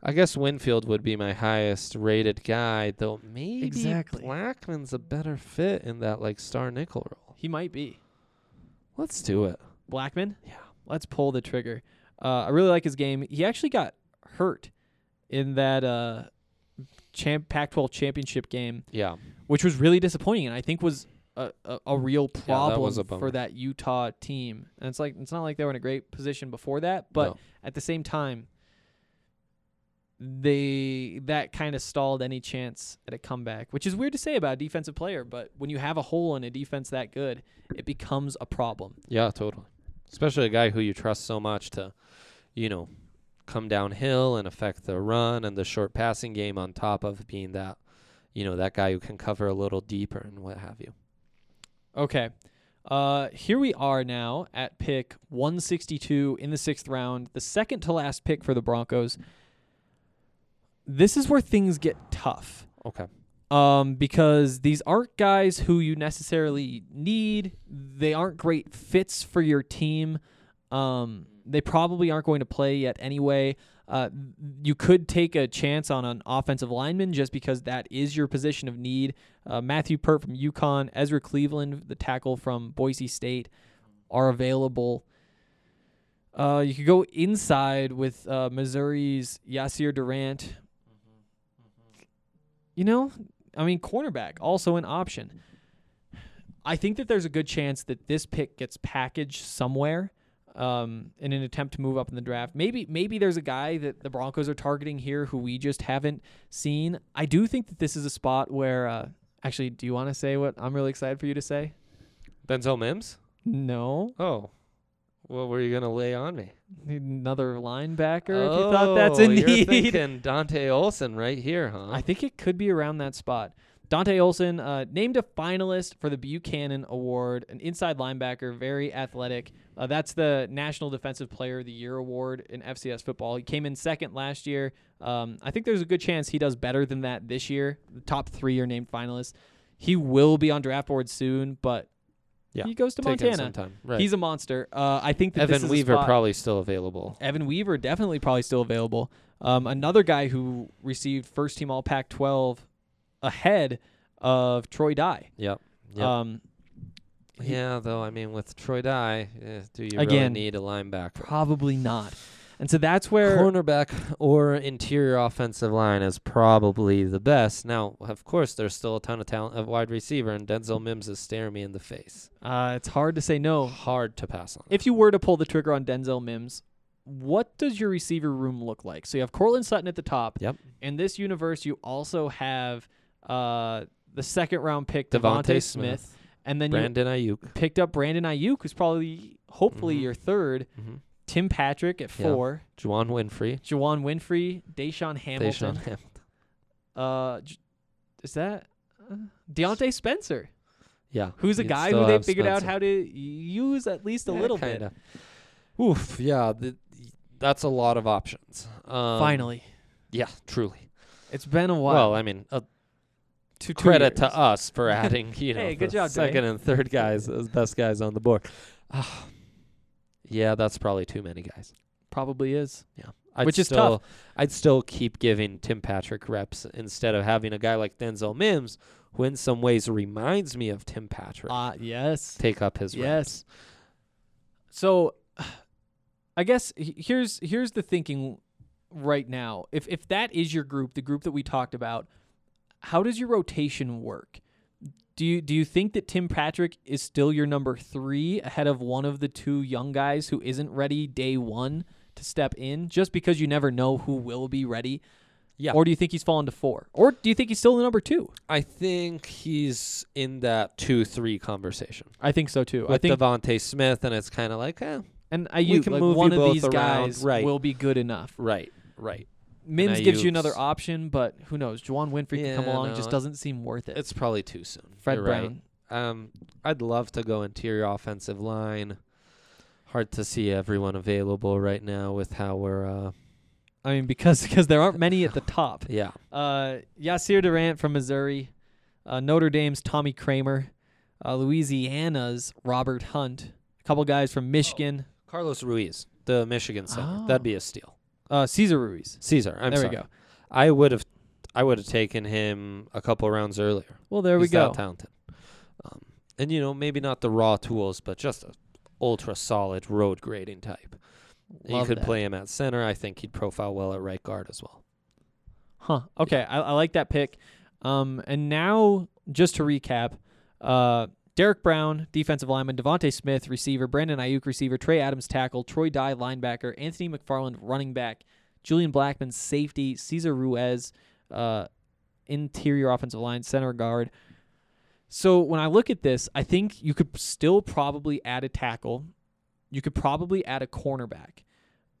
I guess Winfield would be my highest rated guy, though maybe
Exactly.
Blackman's a better fit in that like star nickel role.
He might be
Let's do it.
Blackman.
Yeah.
Let's pull the trigger. Uh, I really like his game. He actually got hurt in that uh, champ Pac-12 championship game,
Yeah.
which was really disappointing, and I think was a, a, a real problem
was a bummer.
for that Utah team. And it's like it's not like they were in a great position before that, but
No.
at the same time, they that kind of stalled any chance at a comeback, which is weird to say about a defensive player. But when you have a hole in a defense that good, it becomes a problem.
Yeah, totally. Especially a guy who you trust so much to, you know, come downhill and affect the run and the short passing game on top of being that, you know, that guy who can cover a little deeper and what have you.
Okay. Uh, here we are now at pick 162 in the sixth round, the second to last pick for the Broncos. This is where things get tough
Okay.
um, because these aren't guys who you necessarily need. They aren't great fits for your team. Um, they probably aren't going to play yet anyway. Uh, you could take a chance on an offensive lineman just because that is your position of need. Uh, Matthew Pert from UConn, Ezra Cleveland, the tackle from Boise State, are available. Uh, you could go inside with uh, Missouri's Yasir Durant. You know, I mean, cornerback also an option. I think that there's a good chance that this pick gets packaged somewhere um, in an attempt to move up in the draft. Maybe maybe there's a guy that the Broncos are targeting here who we just haven't seen. I do think that this is a spot where. Uh, actually, do you want to say what I'm really excited for you to say?
Benzel Mims?
No,
Oh. What were you gonna lay on me?
another linebacker. if you thought that's in
Oh, you're
need,
thinking Dante Olson right here, huh?
I think it could be around that spot. Dante Olson, uh, named a finalist for the Buchanan Award, an inside linebacker, very athletic. Uh, that's the National Defensive Player of the Year award in FCS football. He came in second last year. Um, I think there's a good chance he does better than that this year. The top three are named finalists. He will be on draft boards soon, but
Yeah,
he goes to
Taking
Montana.
some time. Right.
He's a monster. Uh, I think that this
Evan
is a
Weaver
spot-
probably still available.
Evan Weaver definitely probably still available. Um, another guy who received first team All Pac 12 ahead of Troy Dye.
Yep. Yep.
Um, he-
yeah, though I mean with Troy Dye, eh, do you really
Again,
need a linebacker?
probably not. And so that's where
cornerback or interior offensive line is probably the best. Now, of course, there's still a ton of talent at wide receiver, and Denzel Mims is staring me in the face.
uh, it's hard to say no.
Hard to pass on.
If you were to pull the trigger on Denzel Mims, what does your receiver room look like? So you have Cortland Sutton at the top.
Yep.
In this universe, you also have uh, the second round pick,
Devontae
Devontae, Smith.
Smith,
And then
Brandon Ayuk.
you picked up Brandon Ayuk, who's probably, hopefully,
Mhm.
your third.
Mm-hmm.
Tim Patrick at
Yeah.
four,
Juwan Winfrey.
Jawan Winfrey, Deshaun
Deshaun
Hamilton.
Hamilton.
Uh, j- is that uh, Deontay Spencer?
Yeah.
Who's a
you'd
guy
still
who they
have
figured out
Spencer.
how to use at least a
Yeah,
little bit.
kinda. Oof. Yeah. th- that's a lot of options. Um,
Finally,
Yeah, truly.
it's been a while.
Well, I mean, a
to two
credit
years.
to us for adding, you know,
Hey, good
the
job, Dwayne.
second and third guys as best guys on the board. Ah, yeah, that's probably too many guys.
Probably is.
I'd
Which is
still,
tough.
I'd still keep giving Tim Patrick reps instead of having a guy like Denzel Mims, who in some ways reminds me of Tim Patrick,
Ah, yes.
take up his
Yes. So, I guess he- here's here's the thinking right now. If if that is your group, the group that we talked about, how does your rotation work? Do you do you think that Tim Patrick is still your number three ahead of one of the two young guys who isn't ready day one to step in? Just because you never know who will be ready.
Yeah.
Or do you think he's fallen to four? Or do you think he's still the number two?
I think he's in that two-three conversation
I think so too.
with
I think
Devontae Smith, and it's kind of like, eh,
and
we
Ayuk,
can
like
move
one
you
of
both
these
around,
guys
right.
will be good enough.
right, right.
Mims gives you another
Ayuk's-
option, but who knows? Juwan Winfrey can come
Yeah,
along.
no,
just
it-
doesn't seem worth it.
It's probably too soon.
Fred
You're right.
Brown.
Um, I'd love to go interior offensive line. Hard to see everyone available right now with how we're. Uh,
I mean, because because there aren't many at the top.
yeah,
Uh, Yasir Durant from Missouri, uh, Notre Dame's Tommy Kramer, uh, Louisiana's Robert Hunt, a couple guys from Michigan,
Carlos Ruiz, the Michigan center,
Oh.
that'd be a steal.
uh, Caesar Ruiz.
Caesar, I'm
there
sorry.
we go.
I would have, I would have taken him a couple rounds earlier.
Well, there we
He's that
go.
talented. Um, and you know, maybe not the raw tools, but just a ultra solid road grading type. you
Love
could
that.
play him at center. I think he'd profile well at right guard as well.
Huh. Okay. I, I like that pick. Um, and now just to recap, uh, Derek Brown, defensive lineman, Devontae Smith, receiver, Brandon Ayuk, receiver, Trey Adams, tackle, Troy Dye, linebacker, Anthony McFarland, running back, Julian Blackman, safety, Cesar Ruiz, uh, interior offensive line, center guard. So when I look at this, I think you could still probably add a tackle. You could probably add a cornerback.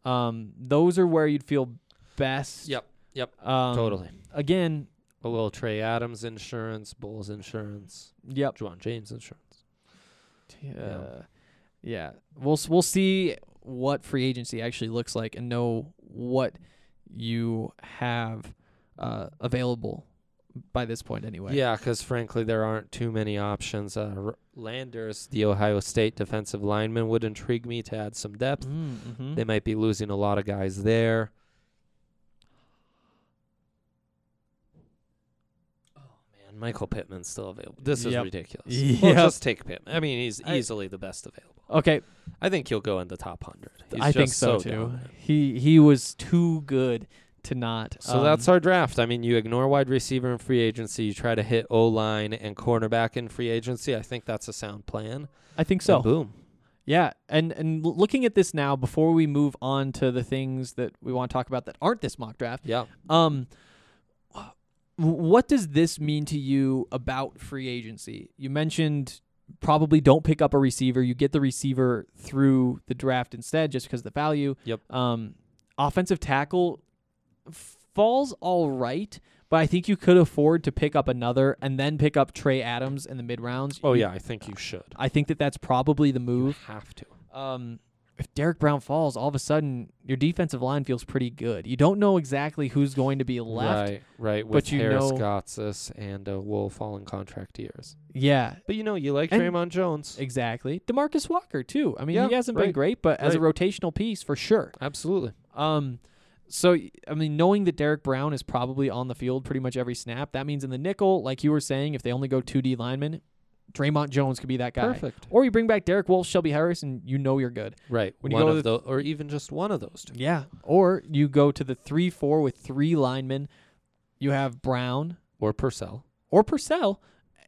Um, those are where you'd feel best.
Yep.
Um,
totally.
Again,
A little Trey Adams insurance, Bulls insurance,
yep.
Juwan James insurance.
Uh, yeah, we'll s- we'll see what free agency actually looks like and know what you have uh, available by this point anyway.
Yeah, because frankly, there aren't too many options. Uh, R- Landers, the Ohio State defensive lineman, would intrigue me to add some depth.
Mm-hmm.
They might be losing a lot of guys there. Oh man, Michael Pittman's still available. This is
Yep.
ridiculous. Well,
Yep.
just take Pittman. I mean, he's
I-
easily the best available.
Okay,
I think he'll go in the top hundred. He's
I think
just
so, too.
dominant.
He he was too good to not.
So
um,
that's our draft. I mean, you ignore wide receiver in free agency. You try to hit O line and cornerback in free agency. I think that's a sound plan.
I think
and
so.
boom.
Yeah, and and l- looking at this now, before we move on to the things that we want to talk about that aren't this mock draft.
Yeah.
Um, wh- what does this mean to you about free agency? You mentioned probably don't pick up a receiver. You get the receiver through the draft instead, just because of the value.
Yep.
Um, offensive tackle falls all right, but I think you could afford to pick up another and then pick up Trey Adams in the mid rounds.
Oh
You-
yeah, I think you should.
I think that that's probably the
You
move.
have to.
Um, if Derek Brown falls, all of a sudden your defensive line feels pretty good. You don't know exactly who's going to be left.
Right, right.
but
With
you
Harris
know-
Gotsis and uh, Wolf all in contract years.
Yeah,
But you know, you like
And-
Draymond Jones.
exactly. Demarcus Walker too. I mean,
Yeah,
he hasn't been
right,
great, but as a rotational piece for sure.
Absolutely.
Um, so y- I mean, knowing that Derek Brown is probably on the field pretty much every snap, that means in the nickel, like you were saying, if they only go two D linemen, Draymond Jones could be that guy.
Perfect.
Or you bring back Derek Wolf, Shelby Harris, and you know you're good.
Right.
When you
one
go
of
with-
those, or even just one of those two.
Yeah. Or you go to the three four with three linemen. You have Brown
Or Purcell.
or Purcell,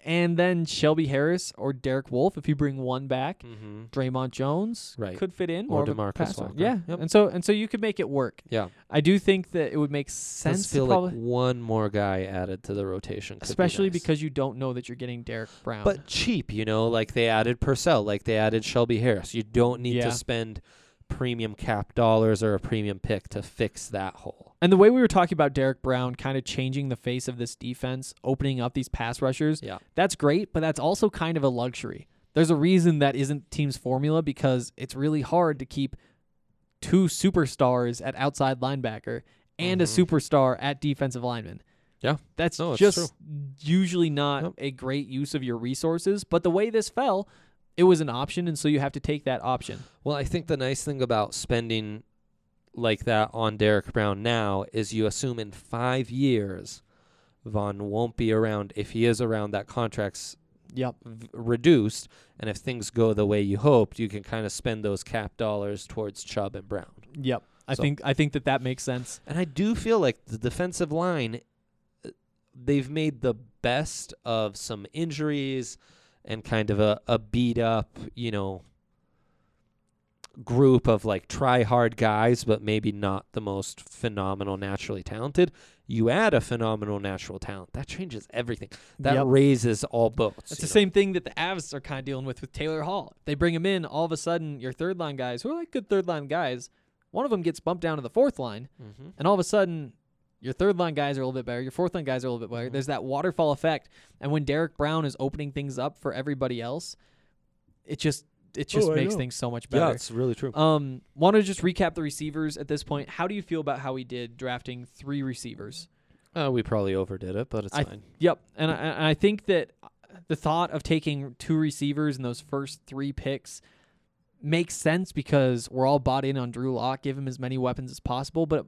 and then Shelby Harris or Derek Wolf if you bring one back.
Mm-hmm.
Draymond Jones
Right.
could fit in
Or
more of a
DeMarcus
passer.
Walker.
Yeah,
Yep.
and so and so you could make it work.
Yeah.
I do think that it would make sense,
Does
to
feel like
probably-
one more guy added to the rotation, could be
especially
nice.
because you don't know that you're getting Derek Brown.
But cheap, you know, like they added Purcell, like they added Shelby Harris. You don't need
Yeah.
to spend premium cap dollars or a premium pick to fix that hole.
and the way we were talking about Derek Brown kind of changing the face of this defense, opening up these pass rushers,
Yeah.
that's great, but that's also kind of a luxury. There's a reason that isn't team's formula because it's really hard to keep two superstars at outside linebacker and
Mhm.
a superstar at defensive lineman.
Yeah.
That's
No, it's
just
true.
usually not
Yep.
a great use of your resources, but the way this fell, it was an option and so you have to take that option.
Well, I think the nice thing about spending like that on Derek Brown now is you assume in five years Vaughn won't be around. If he is around, that contract's
Yep.
v- reduced. And if things go the way you hoped, you can kind of spend those cap dollars towards Chubb and Brown.
Yep. I
So-
think I think that that makes sense.
And I do feel like the defensive line, uh, they've made the best of some injuries and kind of a, a beat up, you know, group of like try hard guys, but maybe not the most phenomenal, naturally talented. You add a phenomenal natural talent, that changes everything. That
Yep.
raises all boats.
It's
you
the
know?
same thing that the Avs are kind of dealing with with Taylor Hall. They bring him in, all of a sudden, your third line guys, who are like good third line guys, one of them gets bumped down to the fourth line,
Mhm.
and all of a sudden, Your third line guys are a little bit better. Your fourth line guys are a little bit
Mm-hmm.
better. There's that waterfall effect, and when Derek Brown is opening things up for everybody else, it just it just
Oh, I
makes
know.
things so much
Yeah,
better.
it's really true.
Um, want to just recap the receivers at this point? How do you feel about how we did drafting three receivers?
Uh, we probably overdid it, but it's
I-
fine.
Yep, and I, and I think that uh, the thought of taking two receivers in those first three picks makes sense because we're all bought in on Drew Lock. Give him as many weapons as possible, but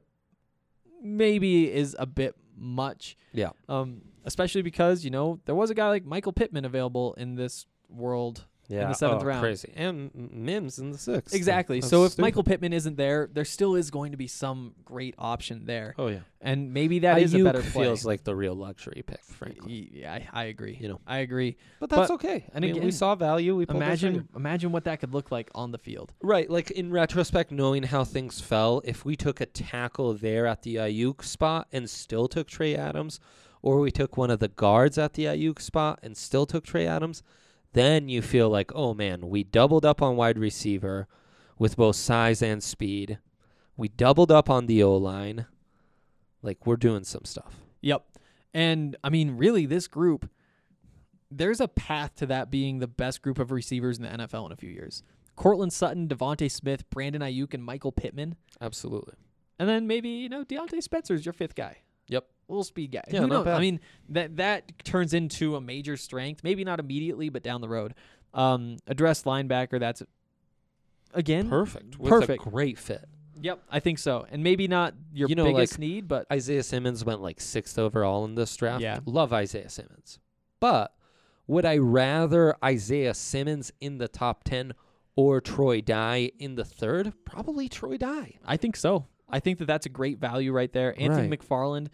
maybe is a bit much.
Yeah.
Um, especially because you know there was a guy like Michael Pittman available in this world.
Yeah, Oh,
seventh round.
crazy, and M- Mims in the sixth.
Exactly.
That's
so if
stupid.
Michael Pittman isn't there, there still is going to be some great option there,
oh yeah,
and maybe that is
Ayuk
a better play.
feels like the real luxury pick, frankly.
Y- yeah, I, I agree.
You know.
I agree.
But
that's
that's okay. I
and
mean,
again,
we saw value. We pulled the trigger.
imagine imagine what that could look like on the field.
Right, like in retrospect, knowing how things fell, if we took a tackle there at the Ayuk spot and still took Trey Adams, or we took one of the guards at the Ayuk spot and still took Trey Adams, then you feel like, oh man, we doubled up on wide receiver with both size and speed. We doubled up on the O line. Like we're doing some stuff.
Yep. And I mean, really, this group, there's a path to that being the best group of receivers in the NFL in a few years. Cortland Sutton, Devontae Smith, Brandon Ayuk, and Michael Pittman.
Absolutely.
And then maybe, you know, Deontay Spencer's your fifth guy.
Yep.
Little speed guy.
Yeah,
Who
not
knows? I
bad.
mean, that that turns into a major strength. Maybe not immediately, but down the road. Um, address linebacker, that's again.
Perfect. With
Perfect.
a great fit.
yep, I think so. And maybe not your
You know,
biggest
like,
need, but
Isaiah Simmons went like sixth overall in this draft.
Yeah.
Love Isaiah Simmons. But would I rather Isaiah Simmons in the top 10 or Troy Dye in the third? Probably Troy Dye.
I think so. I think that that's a great value right there. Anthony
Right.
McFarland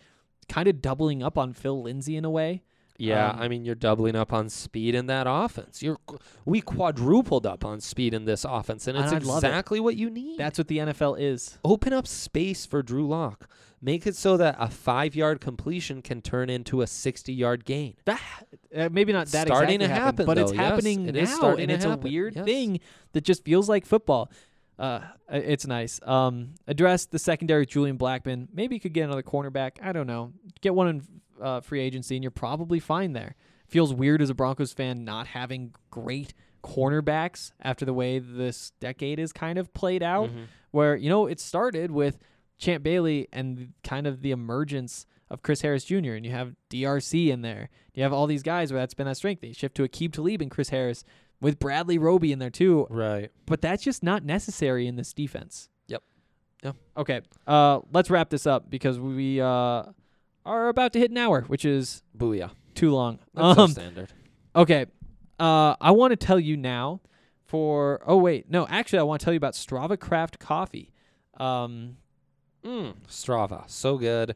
kind of doubling up on Phil Lindsay in a way.
Yeah,
Um,
I mean, you're doubling up on speed in that offense. You're We quadrupled up on speed in this offense, and it's
And I love it.
exactly what you need.
That's what the NFL is.
Open up space for Drew Lock. Make it so that a five yard completion can turn into a 60 yard gain.
That uh, maybe not that
Starting
exactly
to
happened,
happen,
but it's
though. Yes,
happening
it
now,
is starting
and
to
it's
happen.
a weird
Yes.
thing that just feels like football. Uh, i- it's nice. Um, address the secondary Julian Blackman. Maybe you could get another cornerback. I don't know. Get one in uh, free agency, and you're probably fine there. Feels weird as a Broncos fan not having great cornerbacks after the way this decade is kind of played out.
Mhm.
where you know it started with Champ Bailey and kind of the emergence of Chris Harris Jr. and you have DRC in there. You have all these guys where that's been that strength. They shift to Akib Talib and Chris Harris with Bradley Roby in there too.
Right.
But that's just not necessary in this defense.
Yep. Yeah.
Okay. Uh, let's wrap this up because we uh, are about to hit an hour, which is
Booyah.
too long.
That's
Um,
our standard.
Okay. Uh, I want to tell you now for. Oh, wait. No, actually, I want to tell you about Strava Craft Coffee. Um,
Mm, Strava, so good.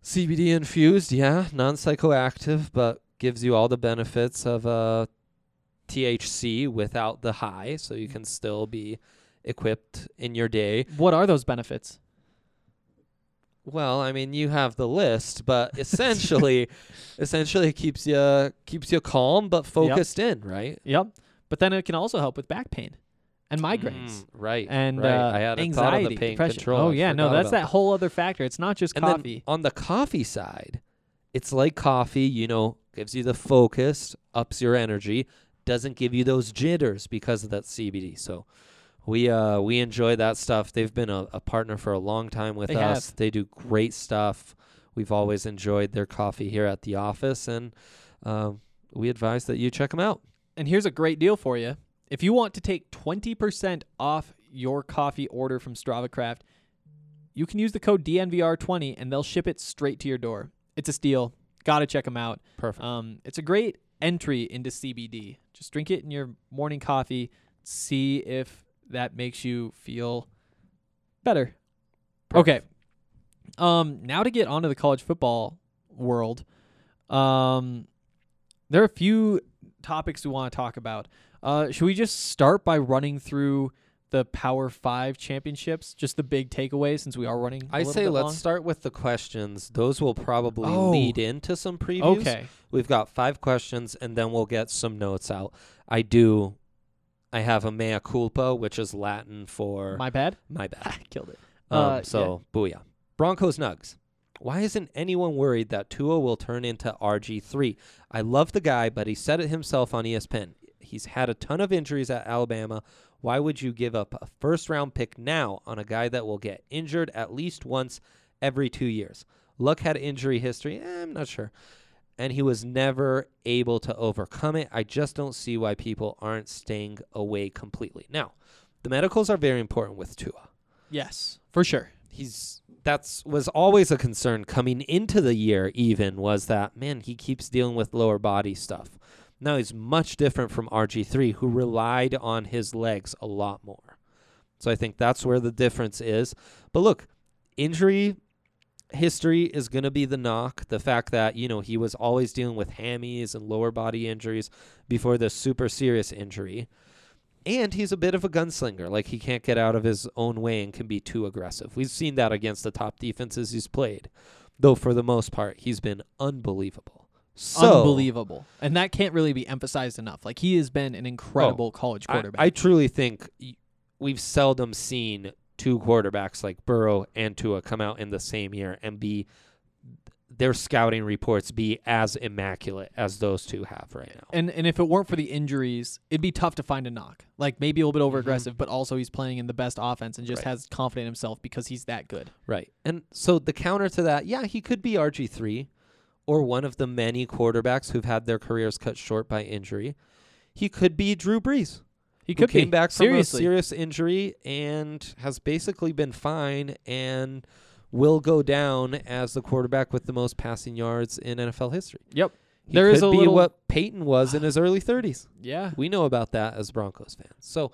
CBD infused, yeah, non psychoactive, but gives you all the benefits of uh, THC without the high, so you can still be equipped in your day.
what are those benefits?
Well, I mean, you have the list, but essentially, essentially it keeps you keeps you calm but focused in, right?
Yep. But then it can also help with back pain and migraines.
Mm, right?
And
right.
uh,
I had
anxiety,
thought of the pain
depression.
control.
Oh
I
yeah, no,
forgot
that's
about
that whole other factor. It's not just
And
coffee.
then on the coffee side, it's like coffee, you know, gives you the focus, ups your energy, doesn't give you those jitters because of that CBD. So we uh we enjoy that stuff. They've been a, a partner for a long time with
They
us.
have.
They do great stuff. We've always enjoyed their coffee here at the office, and um, we advise that you check them out.
and here's a great deal for you. If you want to take 20% off your coffee order from StravaCraft, you can use the code DNVR20 and they'll ship it straight to your door. It's a steal. Got to check them out.
Perfect.
Um, it's a great entry into CBD. Just drink it in your morning coffee. See if that makes you feel better.
Uh,
Okay. Um, now to get onto the college football world, um, there are a few topics we want to talk about. Uh, should we just start by running through the Power Five championships? Just the big takeaways, since we are running. I
I say let's start with the questions. Those will probably
Oh.
lead into some previews.
Okay.
We've got five questions, and then we'll get some notes out. I do. I have a mea culpa, which is Latin for my,
My bad.
bad.
Killed it.
Um,
Uh, yeah.
so, booyah. Broncos Nugs. Why isn't anyone worried that Tua will turn into RG3? I love the guy, but he said it himself on E ESPN. He's had a ton of injuries at Alabama. Why would you give up a first round pick now on a guy that will get injured at least once every two years? Luck had injury history. Eh, I'm not sure. And he was never able to overcome it. I just don't see why people aren't staying away completely. Now, the medicals are very important with Tua.
Yes, for sure.
He's that's was always a concern coming into the year even was that man he keeps dealing with lower body stuff. Now he's much different from RG3 who relied on his legs a lot more. So I think that's where the difference is. But look, injury history is going to be the knock. The fact that, you know, he was always dealing with hammies and lower body injuries before the super serious injury. And he's a bit of a gunslinger. Like, he can't get out of his own way and can be too aggressive. We've seen that against the top defenses he's played, though, for the most part, he's been unbelievable. So,
Unbelievable. And that can't really be emphasized enough. Like he has been an incredible college
Oh, I,
quarterback.
I truly think y- we've seldom seen two quarterbacks like Burrow and Tua come out in the same year and be their scouting reports be as immaculate as those two have right now.
and and if it weren't for the injuries, it'd be tough to find a knock. Like maybe a little bit over aggressive, but also he's playing in the best offense and just
Mm-hmm. Right.
has confidence in himself because he's that good.
Right. And so the counter to that, yeah, he could be RG3 or one of the many quarterbacks who've had their careers cut short by injury. He could be Drew Brees.
He
who
could
came
be.
back from
seriously.
a serious injury and has basically been fine and will go down as the quarterback with the most passing yards in NFL history.
Yep.
He
There
could
is a
be
little-
what Peyton was in his early 30s.
Yeah.
We know about that as Broncos fans. So,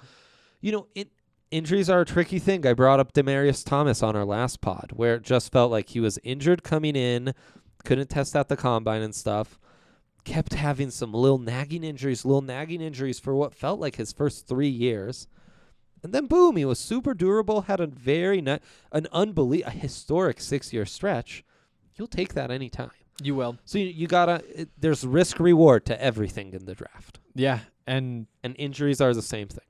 you know, it, injuries are a tricky thing. I brought up Demarius Thomas on our last pod, where it just felt like he was injured coming in, couldn't test out the combine and stuff. Kept having some little nagging injuries, little nagging injuries for what felt like his first three years. And then boom, he was super durable, had a very ni- an unbelie- a historic six year stretch. You'll take that any time.
You will.
So you, you gotta. It, there's risk reward to everything in the draft
Yeah. And
and injuries are the same thing.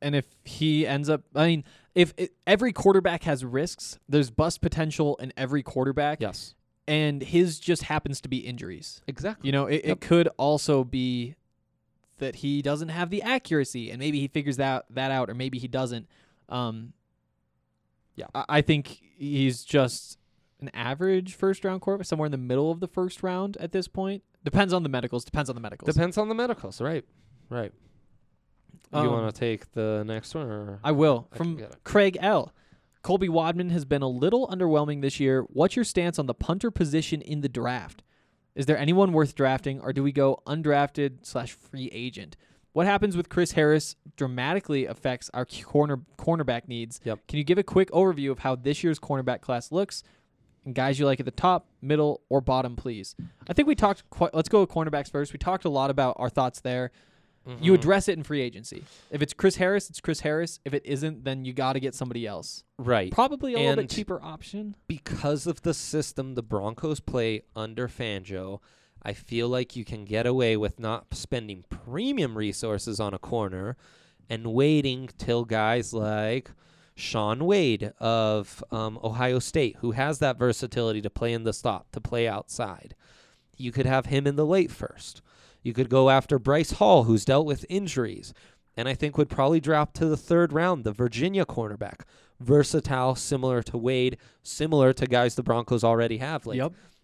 and if he ends up I mean, if it, every quarterback has risks, there's bust potential in every quarterback
Yes,
and his just happens to be injuries.
exactly.
You know, it,
Yep.
it could also be that he doesn't have the accuracy, and maybe he figures that that out, or maybe he doesn't. Um,
Yeah.
I, I think he's just an average first round quarterback, somewhere in the middle of the first round at this point. Depends on the medicals. Depends on the medicals.
Depends on the medicals, right? Right. you
Um,
want to take the next one, or
I will
I
from
can get it.
Craig L. Colby Wadman has been a little underwhelming this year. What's your stance on the punter position in the draft? Is there anyone worth drafting, or do we go undrafted slash free agent? What happens with Chris Harris dramatically affects our corner cornerback needs.
Yep.
Can you give a quick overview of how this year's cornerback class looks? And guys you like at the top, middle, or bottom, please. I think we talked. Quite, let's go with cornerbacks first. We talked a lot about our thoughts there. You
Mm-hmm.
address it in free agency. If it's Chris Harris, it's Chris Harris. If it isn't, then you got to get somebody else.
right
Probably a little
And-
bit cheaper option.
because of the system the Broncos play under Fangio. I feel like you can get away with not spending premium resources on a corner and waiting till guys like Sean Wade of um, Ohio State, who has that versatility to play in the stop, to play outside. You could have him in the late first. You could go after Bryce Hall, who's dealt with injuries, and I think would probably drop to the third round, the Virginia cornerback. Versatile, similar to Wade, similar to guys the Broncos already have, like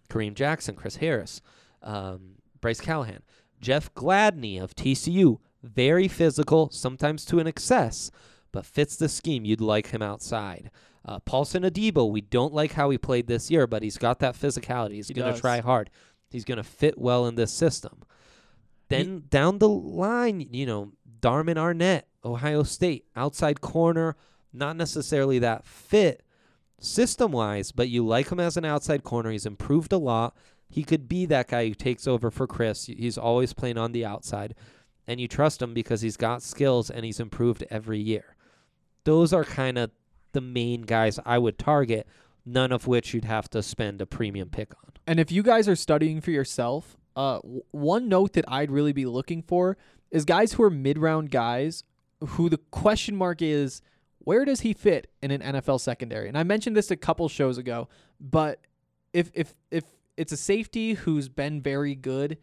Kareem Jackson, Chris Harris, um, Bryce Callahan, Jeff Gladney of TCU. Very physical, sometimes to an excess, but fits the scheme. You'd like him outside. Uh, Paulson Adebo, we don't like how he played this year, but he's got that physicality. He's
He
going to
does.
try hard. He's going to fit well in this system. Then down the line, you know, Darman Arnett, Ohio State, outside corner, not necessarily that fit system wise, but you like him as an outside corner. He's improved a lot. He could be that guy who takes over for Chris. He's always playing on the outside, and you trust him because he's got skills and he's improved every year. Those are kind of the main guys I would target, none of which you'd have to spend a premium pick on.
And if you guys are studying for yourself, uh, w- one note that I'd really be looking for is guys who are mid round guys who the question mark is where does he fit in an NFL secondary? And I mentioned this a couple shows ago, but if if if it's a safety who's been very good,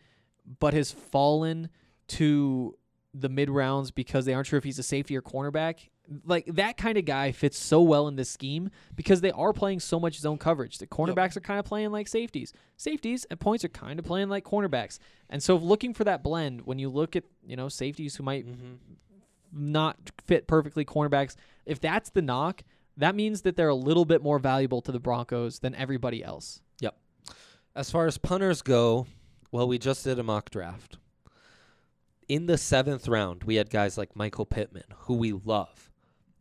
but has fallen to the mid rounds because they aren't sure if he's a safety or cornerback. Like that kind of guy fits so well in this scheme because they are playing so much zone coverage. The cornerbacks are kind of playing like safeties. Safeties at points are kind of playing like cornerbacks. And so looking for that blend when you look at, you know, safeties who might
Mm-hmm.
not fit perfectly cornerbacks, if that's the knock, that means that they're a little bit more valuable to the Broncos than everybody else.
As far as punters go, well, we just did a mock draft. In the seventh round, we had guys like Michael Pittman, who we love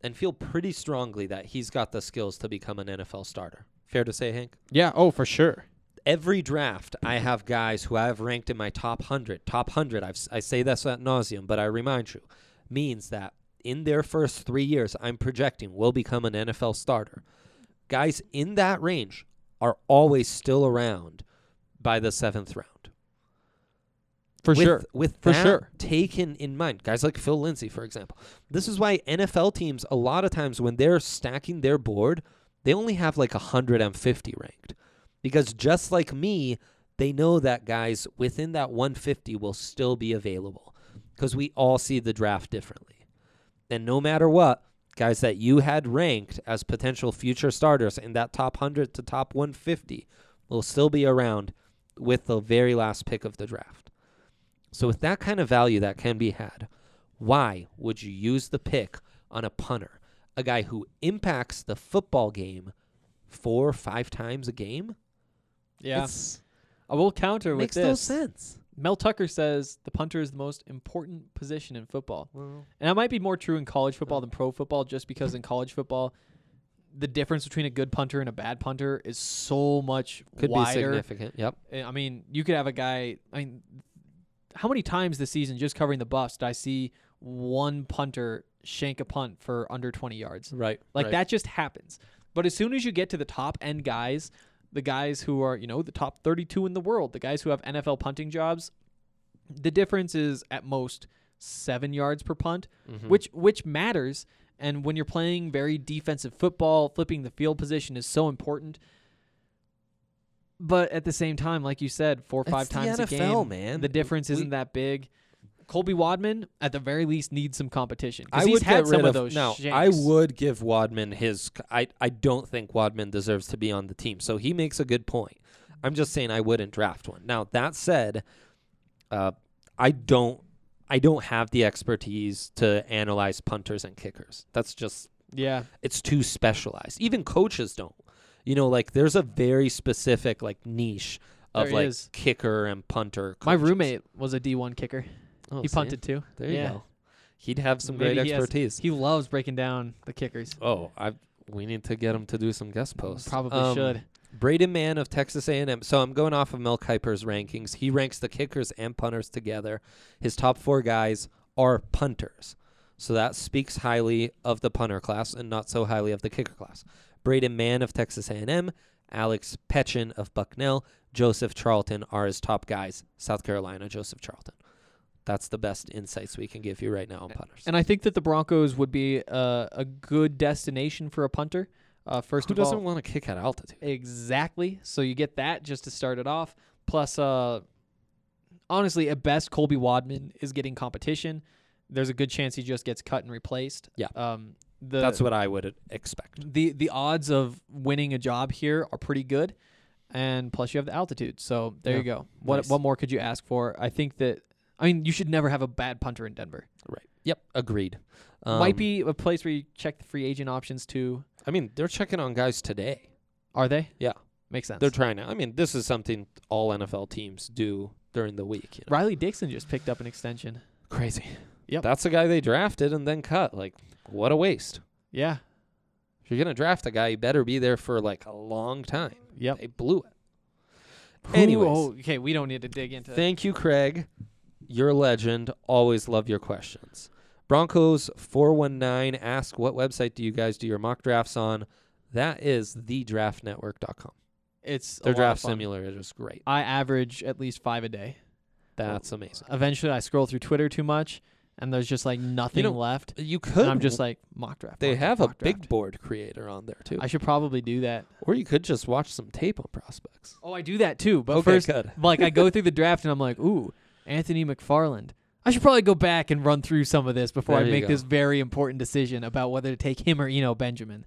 and feel pretty strongly that he's got the skills to become an NFL starter. Fair to say, Hank?
Yeah, oh for sure.
Every draft, I have guys who I have ranked in my top 100. Top 100, I've, s- I say this at nauseum, but I remind you, means that in their first three years, I'm projecting will become an NFL starter. Guys in that range are always still around by the seventh round.
For
with,
sure.
With
For
that
sure.
taken in mind, guys like Phil Lindsay, for example. This is why NFL teams, a lot of times when they're stacking their board, they only have like 150 ranked. Because just like me, they know that guys within that 150 will still be available. Because we all see the draft differently. And no matter what, guys that you had ranked as potential future starters in that top 100 to top 150 will still be around with the very last pick of the draft. So, with that kind of value that can be had, why would you use the pick on a punter, a guy who impacts the football game four or five times a game?
Yeah.
It's-
I will counter with
makes
this.
no sense.
Mel Tucker says the punter is the most important position in football. And that might be more true in college football than pro football just because in college football the difference between a good punter and a bad punter is so much
Could be
wider.
significant. Yep.
Eh, I mean, you could have a guy. I mean, how many times this season, just covering the bus, did I see one punter shank a punt for under 20 yards?
Right.
Like that just happens. But as soon as you get to the top end guys, the guys who are, you know, the top 32 in the world, the guys who have NFL punting jobs, the difference is at most 7 yards per punt,
Hmm. Mm-hmm.
which which matters and when you're playing very defensive football, flipping the field position is so important. But at the same time, like you said, four or five
It's the
times a
NFL,
game,
man.
the difference
We-
isn't that big. Colby Wadman, at the very least, needs some competition. 'cause
I
he's
would
had
get
some
rid
of those.
No, I
shanks.
would give Wadman his. I I don't think Wadman deserves to be on the team. So he makes a good point. I'm just saying I wouldn't draft one. Now that said, uh, I don't. I don't have the expertise to analyze punters and kickers. That's just
Yeah.
it's too specialized. Even coaches don't. You know, like there's a very specific like niche of
There
like
is.
kicker and punter.
My
coaches.
roommate was a D1 kicker.
Oh,
he
see?
punted too.
There you
Yeah.
go. He'd have some
Maybe
great
he has-
expertise.
He loves breaking down the kickers.
Oh, I we need to get him to do some guest posts.
Probably
Um,
should.
Braden Mann of Texas A&M. So I'm going off of Mel Kiper's rankings. He ranks the kickers and punters together. His top four guys are punters. So that speaks highly of the punter class and not so highly of the kicker class. Braden Mann of Texas A&M, Alex Petchin of Bucknell, Joseph Charlton are his top guys. South Carolina, Joseph Charlton. That's the best insights we can give you right now on punters.
And I think that the Broncos would be uh, a good destination for a punter. Uh, first
Who
of all,
doesn't want to kick at altitude?
Exactly. So you get that just to start it off. Plus, uh, honestly, at best, Colby Wadman is getting competition. There's a good chance he just gets cut and replaced.
Yeah.
Um, the,
That's what I would expect.
the the odds of winning a job here are pretty good, and plus you have the altitude. So there
Yeah.
you go. What
Nice.
what more could you ask for? I think that I mean you should never have a bad punter in Denver.
Right. Yep. Agreed. Um,
Might be a place where you check the free agent options too.
I mean, they're checking on guys today.
Are they?
Yeah.
makes sense.
They're trying to. I mean, this is something all NFL teams do during the week. You know?
Riley Dixon just picked up an extension.
Crazy.
Yep.
That's the guy they drafted and then cut. Like, what a waste.
Yeah.
If you're gonna draft a guy, you better be there for like a long time.
Yep.
They blew it.
Who-
Anyways,
oh, okay, we don't need to dig into.
thank you, Craig. You're a legend. Always love your questions. Broncos 419 ask what website do you guys do your mock drafts on? That is thedraftnetwork.com.
it's a
Their
lot
draft
of fun.
simulator is great.
I average at least five a day.
That's amazing. uh,
Eventually, I scroll through Twitter too much, and there's just like nothing
know,
left.
You could.
And I'm just like mock draft.
They
mock
have
draft,
a
mock draft.
big board creator on there too,
I should probably do that.
or you could just watch some tape on prospects.
Oh, I do that too. But
okay,
first,
good.
like I go through the draft and I'm like, ooh, Anthony McFarland. I should probably go back and run through some of this before
There
I
you
make
go.
this very important decision about whether to take him or Eno Benjamin.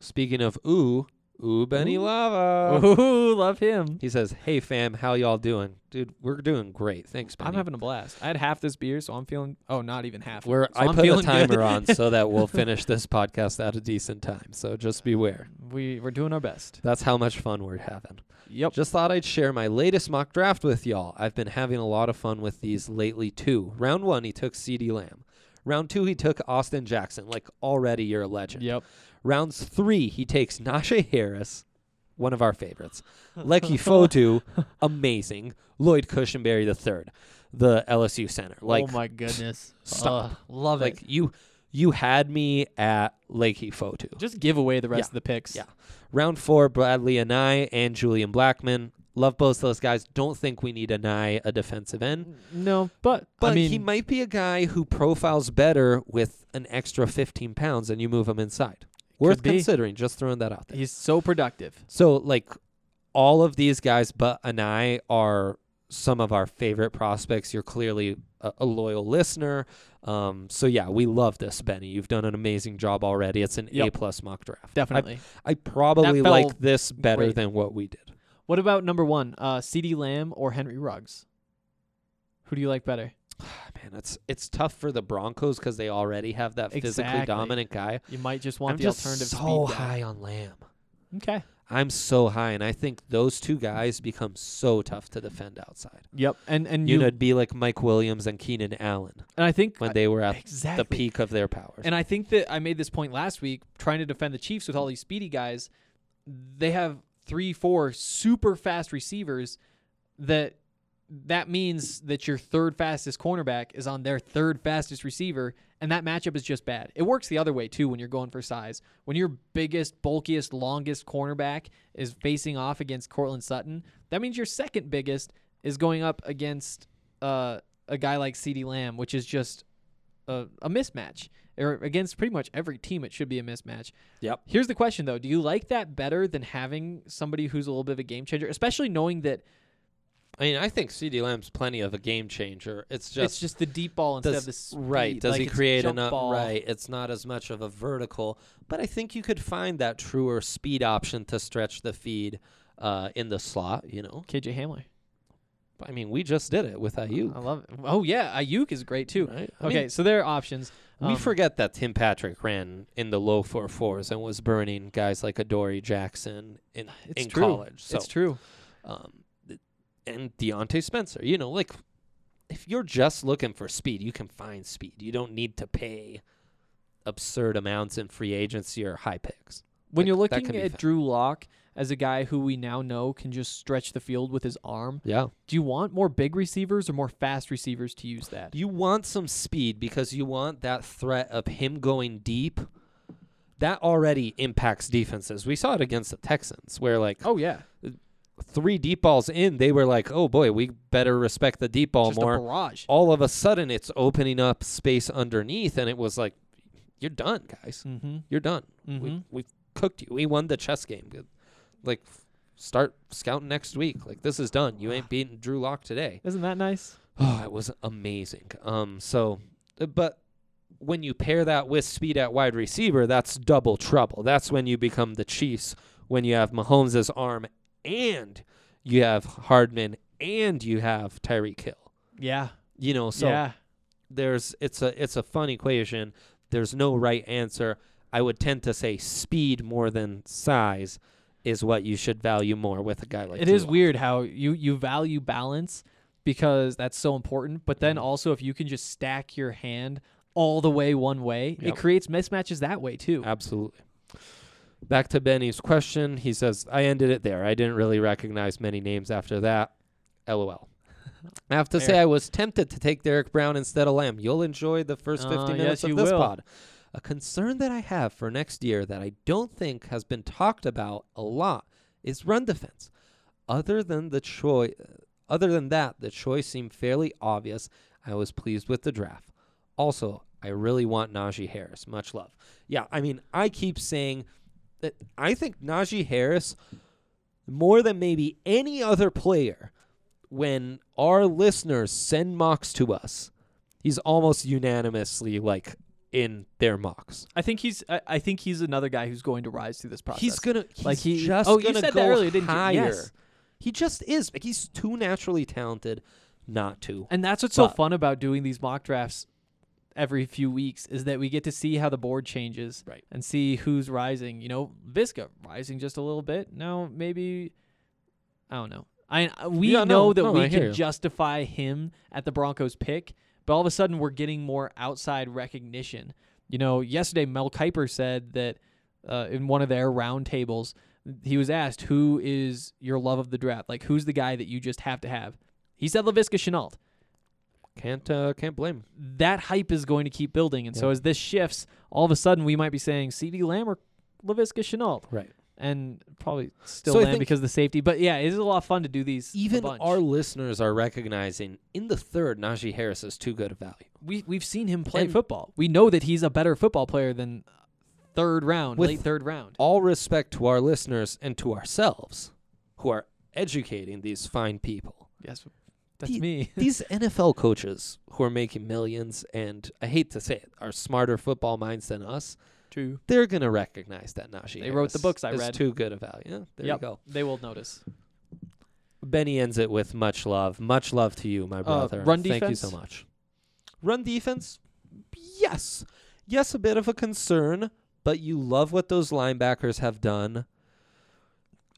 Speaking of ooh, ooh, Benny
Ooh.
Lava.
Ooh, love him.
He says, "Hey fam, how y'all doing, dude? We're doing great. Thanks, Benny.
I'm having a blast. I had half this beer, so I'm feeling. Oh, not even half.
We're,
so
I
I'm
put a
feeling
timer
good.
on so that we'll finish this podcast at a decent time. So just beware.
We we're doing our best.
That's how much fun we're having.
Yep.
Just thought I'd share my latest mock draft with y'all. I've been having a lot of fun with these lately too. Round one, he took C.D. Lamb. Round two, he took Austin Jackson. Like already, you're a legend.
Yep.
Rounds three, he takes Najee Harris, one of our favorites. Lecky Fotu, amazing. Lloyd Cushenberry the third, the LSU center. Like
oh my goodness.
stop.
Ugh, love
like
it.
you you had me at Lakey Fotu.
Just give away the rest
Yeah.
of the picks.
Yeah. Round four, Bradley Anai and Julian Blackman. Love both those guys. Don't think we need Anai a defensive end.
No, but
But
I mean,
he might be a guy who profiles better with an extra 15 pounds and you move him inside. Worth
be.
considering. Just throwing that out there.
he's so productive.
So like all of these guys but and I are some of our favorite prospects. You're clearly a, a loyal listener. Um, so yeah, we love this, Benny. You've done an amazing job already. It's an A
Yep.
plus mock draft.
Definitely.
I probably
That felt
like this better
great.
than what we did.
What about number one, uh, C.D. Lamb or Henry Ruggs? Who do you like better?
Man, it's it's tough for the Broncos because they already have that physically
Exactly.
dominant guy.
You might just want
I'm
the
just
alternative
so
speed guy.
high on Lamb.
Okay.
I'm so high, and I think those two guys become so tough to defend outside.
Yep. And and
You
you,
know, it'd be like Mike Williams and Keenan Allen.
and I think
when they were at
exactly.
the peak of their powers.
And I think that I made this point last week trying to defend the Chiefs with all these speedy guys. They have three, four super fast receivers that that means that your third fastest cornerback is on their third fastest receiver and that matchup is just bad. It works the other way too when you're going for size. When your biggest, bulkiest, longest cornerback is facing off against Cortland Sutton, that means your second biggest is going up against uh, a guy like CeeDee Lamb, which is just a, a mismatch. Or against pretty much every team, it should be a mismatch.
Yep.
Here's the question though: Do you like that better than having somebody who's a little bit of a game changer, especially knowing that
I mean, I think CD Lamb's plenty of a game changer. It's just
it's just the deep ball instead of
does,
the speed.
right. Does
like
he
it's
create
jump
enough?
Ball.
Right. It's not as much of a vertical, but I think you could find that truer speed option to stretch the feed uh, in the slot. You know,
KJ Hamler.
I mean, we just did it with IU.
I love it. Oh yeah, Ayuk is great too.
Right? I
Okay,
mean,
so there are options.
we
Um,
forget that Tim Patrick ran in the low four fours and was burning guys like Adoree Jackson in
It's
in
true.
college. So
It's true.
um, th- and Deontay Spencer. You know, like if you're just looking for speed, you can find speed. You don't need to pay absurd amounts in free agency or high picks.
When
That-
you're
that
looking
can be
at
found.
Drew Lock as a guy who we now know can just stretch the field with his arm,
Yeah,
do you want more big receivers or more fast receivers to use that?
you want some speed because you want that threat of him going deep. That already impacts defenses. We saw it against the Texans, where like
Oh yeah,
three deep balls in, they were like, "Oh boy, we better respect the deep ball
just
more."
a barrage.
all of a sudden it's opening up space underneath and it was like you're done guys
Mm-hmm.
you're done
Mm-hmm.
we, we cooked you we won the chess game Good. like f- start scouting next week like this is done you ain't beating drew lock today
Isn't that nice?
oh it was amazing um so uh, but when you pair that with speed at wide receiver that's double trouble that's when you become the chiefs when you have mahomes' arm and you have hardman and you have tyreek hill
Yeah.
you know so
yeah.
there's it's a it's a fun equation. There's no right answer. I would tend to say speed more than size is what you should value more with a guy like
it is
Tua.
weird how you you value balance because that's so important, but then
Mhm.
also if you can just stack your hand all the way one way,
Yep.
it creates mismatches that way too.
Absolutely. Back to Benny's question. He says, I ended it there. I didn't really recognize many names after that. LOL. I have to say,
Fair.
I was tempted to take Derek Brown instead of Lamb. You'll enjoy the first
Uh,
50 minutes
yes,
of
you
this
will.
pod. A concern that I have for next year that I don't think has been talked about a lot is run defense. Other than the choice, other than that, the choice seemed fairly obvious. I was pleased with the draft. Also, I really want Najee Harris. Much love. Yeah, I mean, I keep saying that I think Najee Harris, more than maybe any other player, when our listeners send mocks to us, he's almost unanimously like in their mocks.
I think he's. I, I think he's another guy who's going to rise through this process.
He's gonna he's
Like, he-
just
oh, you
gonna
said
go
that earlier, didn't you?
higher.
Yes.
He just is. Like he's too naturally talented not to.
and that's what's so
But-
fun about doing these mock drafts every few weeks is that we get to see how the board changes
Right.
and see who's rising. You know, Visca rising just a little bit. Now maybe I don't know. I I- we
Yeah,
know
no,
that
no,
we
I hear
can
you.
justify him at the Broncos pick, but all of a sudden we're getting more outside recognition. You know, yesterday Mel Kiper said that uh, in one of their roundtables, he was asked who is your love of the draft, like who's the guy that you just have to have. He said Lavisca Chenault
Can't uh, can't blame him.
that hype is going to keep building. And so
Yeah.
as this shifts, all of a sudden we might be saying CD Lamb or LaVisca Chenault.
Right.
And probably still
So I
Lamb
think-
because of the safety. But yeah, it is a lot of fun to do these. a
Even
bunch.
our listeners are recognizing in the third Najee Harris is too good a value.
we we've seen him play
And-
football. We know that he's a better football player than third round,
With-
late third round.
All respect to our listeners and to ourselves who are educating these fine people.
Yes, that's
The-
me.
these NFL coaches who are making millions and I hate to say it, are smarter football minds than us.
True.
they're gonna recognize that Najee.
They wrote the
Harris
books I
is
read.
Too good a value. Yeah, there
Yep.
you go.
They will notice.
Benny ends it with much love. Much love to you, my brother.
run
Thank you
defense?
so much. Run defense, yes, yes, a bit of a concern, but you love what those linebackers have done.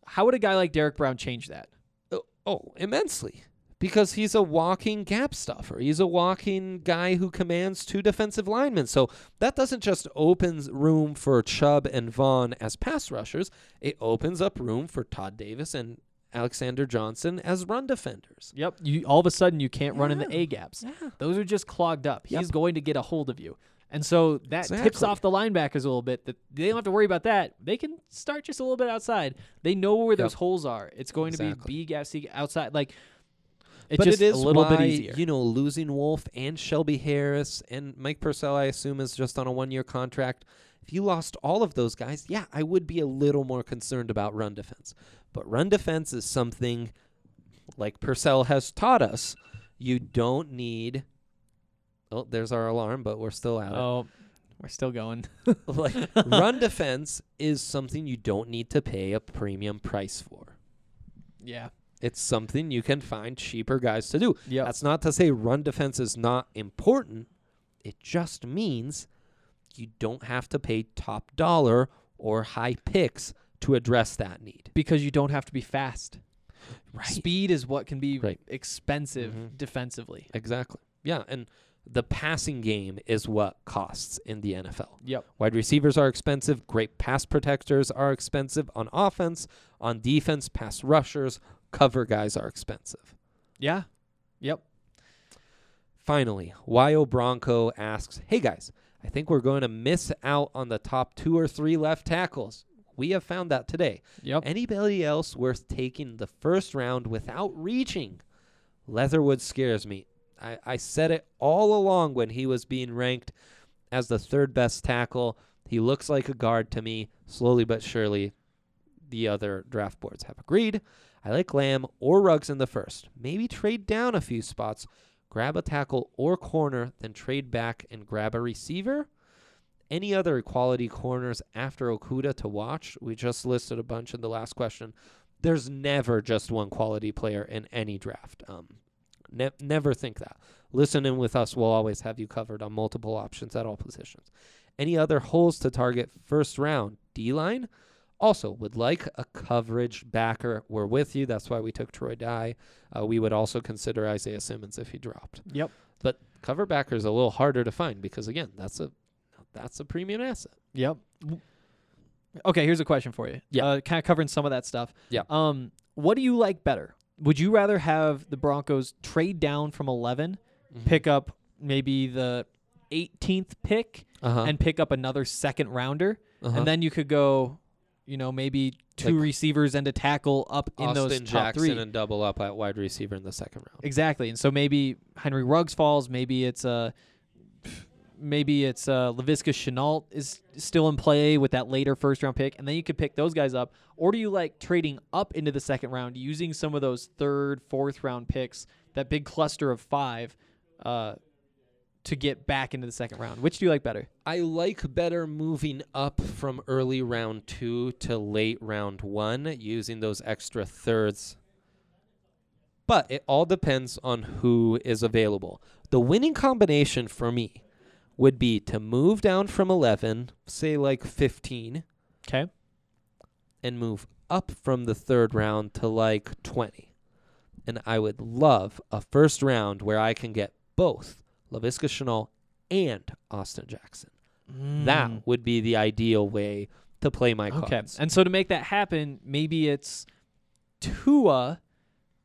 How would a guy like Derek Brown change that?
Oh, oh immensely. Because he's a walking gap stuffer. He's a walking guy who commands two defensive linemen. So that doesn't just opens room for Chubb and Vaughn as pass rushers. It opens up room for Todd Davis and Alexander Johnson as run defenders.
Yep. You all of a sudden you can't run in the
Yeah.
A gaps.
Yeah.
Those are just clogged up.
Yep.
He's going to get a hold of you. And so that tips
Exactly.
off the linebackers a little bit that they don't have to worry about that. They can start just a little bit outside. They know where those holes are. It's going to
Exactly.
be B gap, C gap, outside. Like it's
but
just
it is
a little bit
why,
easier.
You know, losing Wolf and Shelby Harris and Mike Purcell, I assume, is just on a one year contract. If you lost all of those guys, yeah, I would be a little more concerned about run defense. But run defense is something like Purcell has taught us. You don't need. Oh, there's our alarm, but we're still out.
oh, we're still going.
Like run defense is something you don't need to pay a premium price for.
Yeah.
It's something you can find cheaper guys to do.
Yeah.
That's not to say run defense is not important. It just means you don't have to pay top dollar or high picks to address that need.
Because you don't have to be fast.
Right.
Speed is what can be
Right.
expensive
Mhm.
defensively.
Exactly. Yeah, and the passing game is what costs in the NFL.
Yep.
Wide receivers are expensive, great pass protectors are expensive on offense, on defense pass rushers, cover guys are expensive.
Yeah. Yep.
Finally, Wyo Bronco asks, Hey guys, I think we're going to miss out on the top two or three left tackles. We have found that today.
Yep.
Anybody else worth taking the first round without reaching? Leatherwood scares me. I, I said it all along when he was being ranked as the third best tackle. He looks like a guard to me. Slowly but surely, the other draft boards have agreed. I like Lamb or Ruggs in the first. Maybe trade down a few spots, grab a tackle or corner, then trade back and grab a receiver. Any other quality corners after Okuda to watch? We just listed a bunch in the last question. There's never just one quality player in any draft. Um, ne- never think that. Listening with us will always have you covered on multiple options at all positions. Any other holes to target first round? D line? Also, would like a coverage backer. We're with you. That's why we took Troy Dye. Uh, we would also consider Isaiah Simmons if he dropped.
Yep.
But cover backer is a little harder to find because again, that's a that's a premium asset.
Yep. Okay, here's a question for you.
Yeah.
Uh, kind of covering some of that stuff.
Yeah.
Um, what do you like better? Would you rather have the Broncos trade down from 11,
Mm-hmm.
pick up maybe the 18th pick,
uh-huh.
and pick up another second rounder,
uh-huh.
and then you could go, you know, maybe two
Like-
receivers and a tackle up in
Austin
those top
Jackson
three.
and double up at wide receiver in the second round.
Exactly. And so maybe Henry Ruggs falls. Maybe it's a uh, maybe it's uh, Lavisca Chenault is still in play with that later first round pick, and then you could pick those guys up. Or do you like trading up into the second round using some of those third, fourth round picks, that big cluster of five, uh, to get back into the second round? Which do you like better?
I like better moving up from early round two to late round one using those extra thirds. But it all depends on who is available. The winning combination for me would be to move down from 11, say like 15,
Okay.
and move up from the third round to like 20. And I would love a first round where I can get both LaVisca Chanel and Austin Jackson. That would be the ideal way to play my
Hmm. Okay.
cards.
And so to make that happen, maybe it's Tua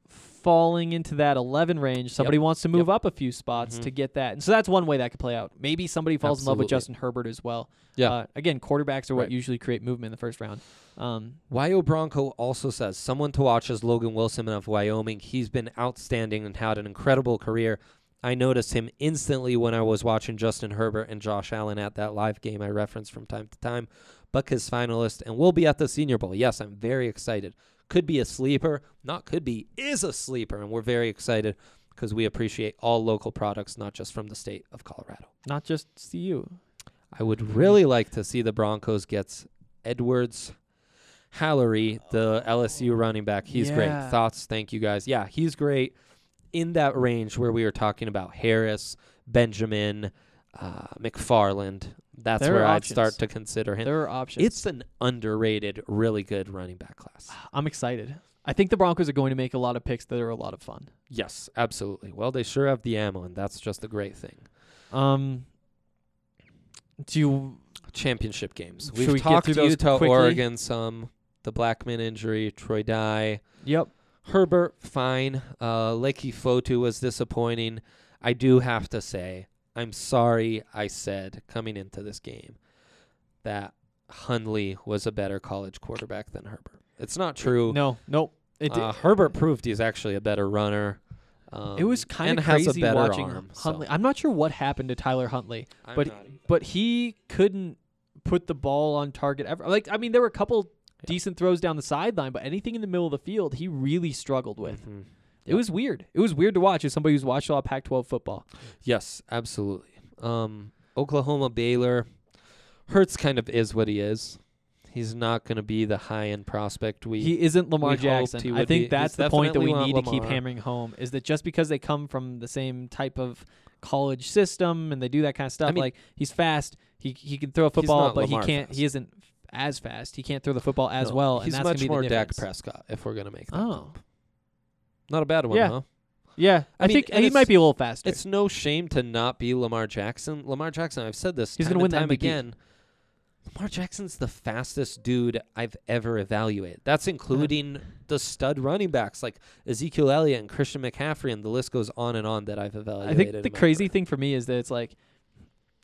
falling into that 11 range. Somebody wants to move up a few spots to get that. And so that's one way that could play out. Maybe somebody falls in love with
Mm-hmm. Absolutely.
Justin Herbert as well.
Yeah.
Uh, again, quarterbacks are what
Right.
usually create movement in the first round. Um,
Wyo Bronco also says someone to watch is Logan Wilson of Wyoming. He's been outstanding and had an incredible career. I noticed him instantly when I was watching Justin Herbert and Josh Allen at that live game I reference from time to time. Buck is finalist and will be at the Senior Bowl. Yes, I'm very excited. Could be a sleeper, not could be, is a sleeper, and we're very excited because we appreciate all local products, not just from the state of Colorado.
not just CU.
I
Mm-hmm.
would really like to see the Broncos gets Edwards Hallery, the LSU running back. He's
Oh, Yeah.
great. Thoughts? Thank you guys. Yeah, he's great in that range where we were talking about Harris, Benjamin, uh, McFarland. That's
There are
where I'd
options.
start to consider him.
There are options.
It's an underrated, really good running back class.
I'm excited. I think the Broncos are going to make a lot of picks that are a lot of fun.
Yes, absolutely. Well, they sure have the ammo, and that's just a great thing.
Um, do you
championship games.
Should
We've
we get
talked
through those
Utah,
quickly?
Oregon, some the Blackman injury, Troy Dye,
Yep.
Herbert, fine. Uh, Lakey Fotu was disappointing. I do have to say, I'm sorry I said coming into this game that Hundley was a better college quarterback than Herbert. It's not true.
No, nope. It
uh, Herbert proved he's actually a better runner. Um,
It was kind
and
of
has a
crazy
better
watching
arm, so
Huntley. I'm not sure what happened to Tyler Huntley,
I'm
but
not-
but he couldn't put the ball on target ever. Like I mean, there were a couple decent throws down the sideline, but anything in the middle of the field, he really struggled with.
Mhm.
It was weird. It was weird to watch as somebody who's watched a lot of Pac-12 football.
Yes, absolutely. Um, Oklahoma Baylor, Hurts kind of is what he is. He's not going to be the high end prospect we.
He isn't Lamar
we hoped he
Jackson. I
would
think
be.
that's
He's
the point that
definitely
we
not
need to keep
Lamar.
hammering home is that just because they come from the same type of college system and they do that kind of stuff,
mean-
like he's fast, he he can throw a football,
not
but
Lamar
he can't.
fast.
He isn't f- as fast. He can't throw the football as
No,
well, and
he's
that's gonna
much
be
more
the
Dak
difference.
Prescott if we're going to make that.
Oh,
Not a bad one,
Yeah.
huh?
yeah. I,
I mean,
think
and
he
it's-
might be a little faster.
It's no shame to not be Lamar Jackson. Lamar Jackson, I've said this
He's
time
gonna win
and
the
time
MVP.
again. Lamar Jackson's the fastest dude I've ever evaluated. That's including the stud running backs like Ezekiel Elliott and Christian McCaffrey, and the list goes on and on that I've
I
evaluated.
think the
in my
crazy
career.
thing for me is that it's like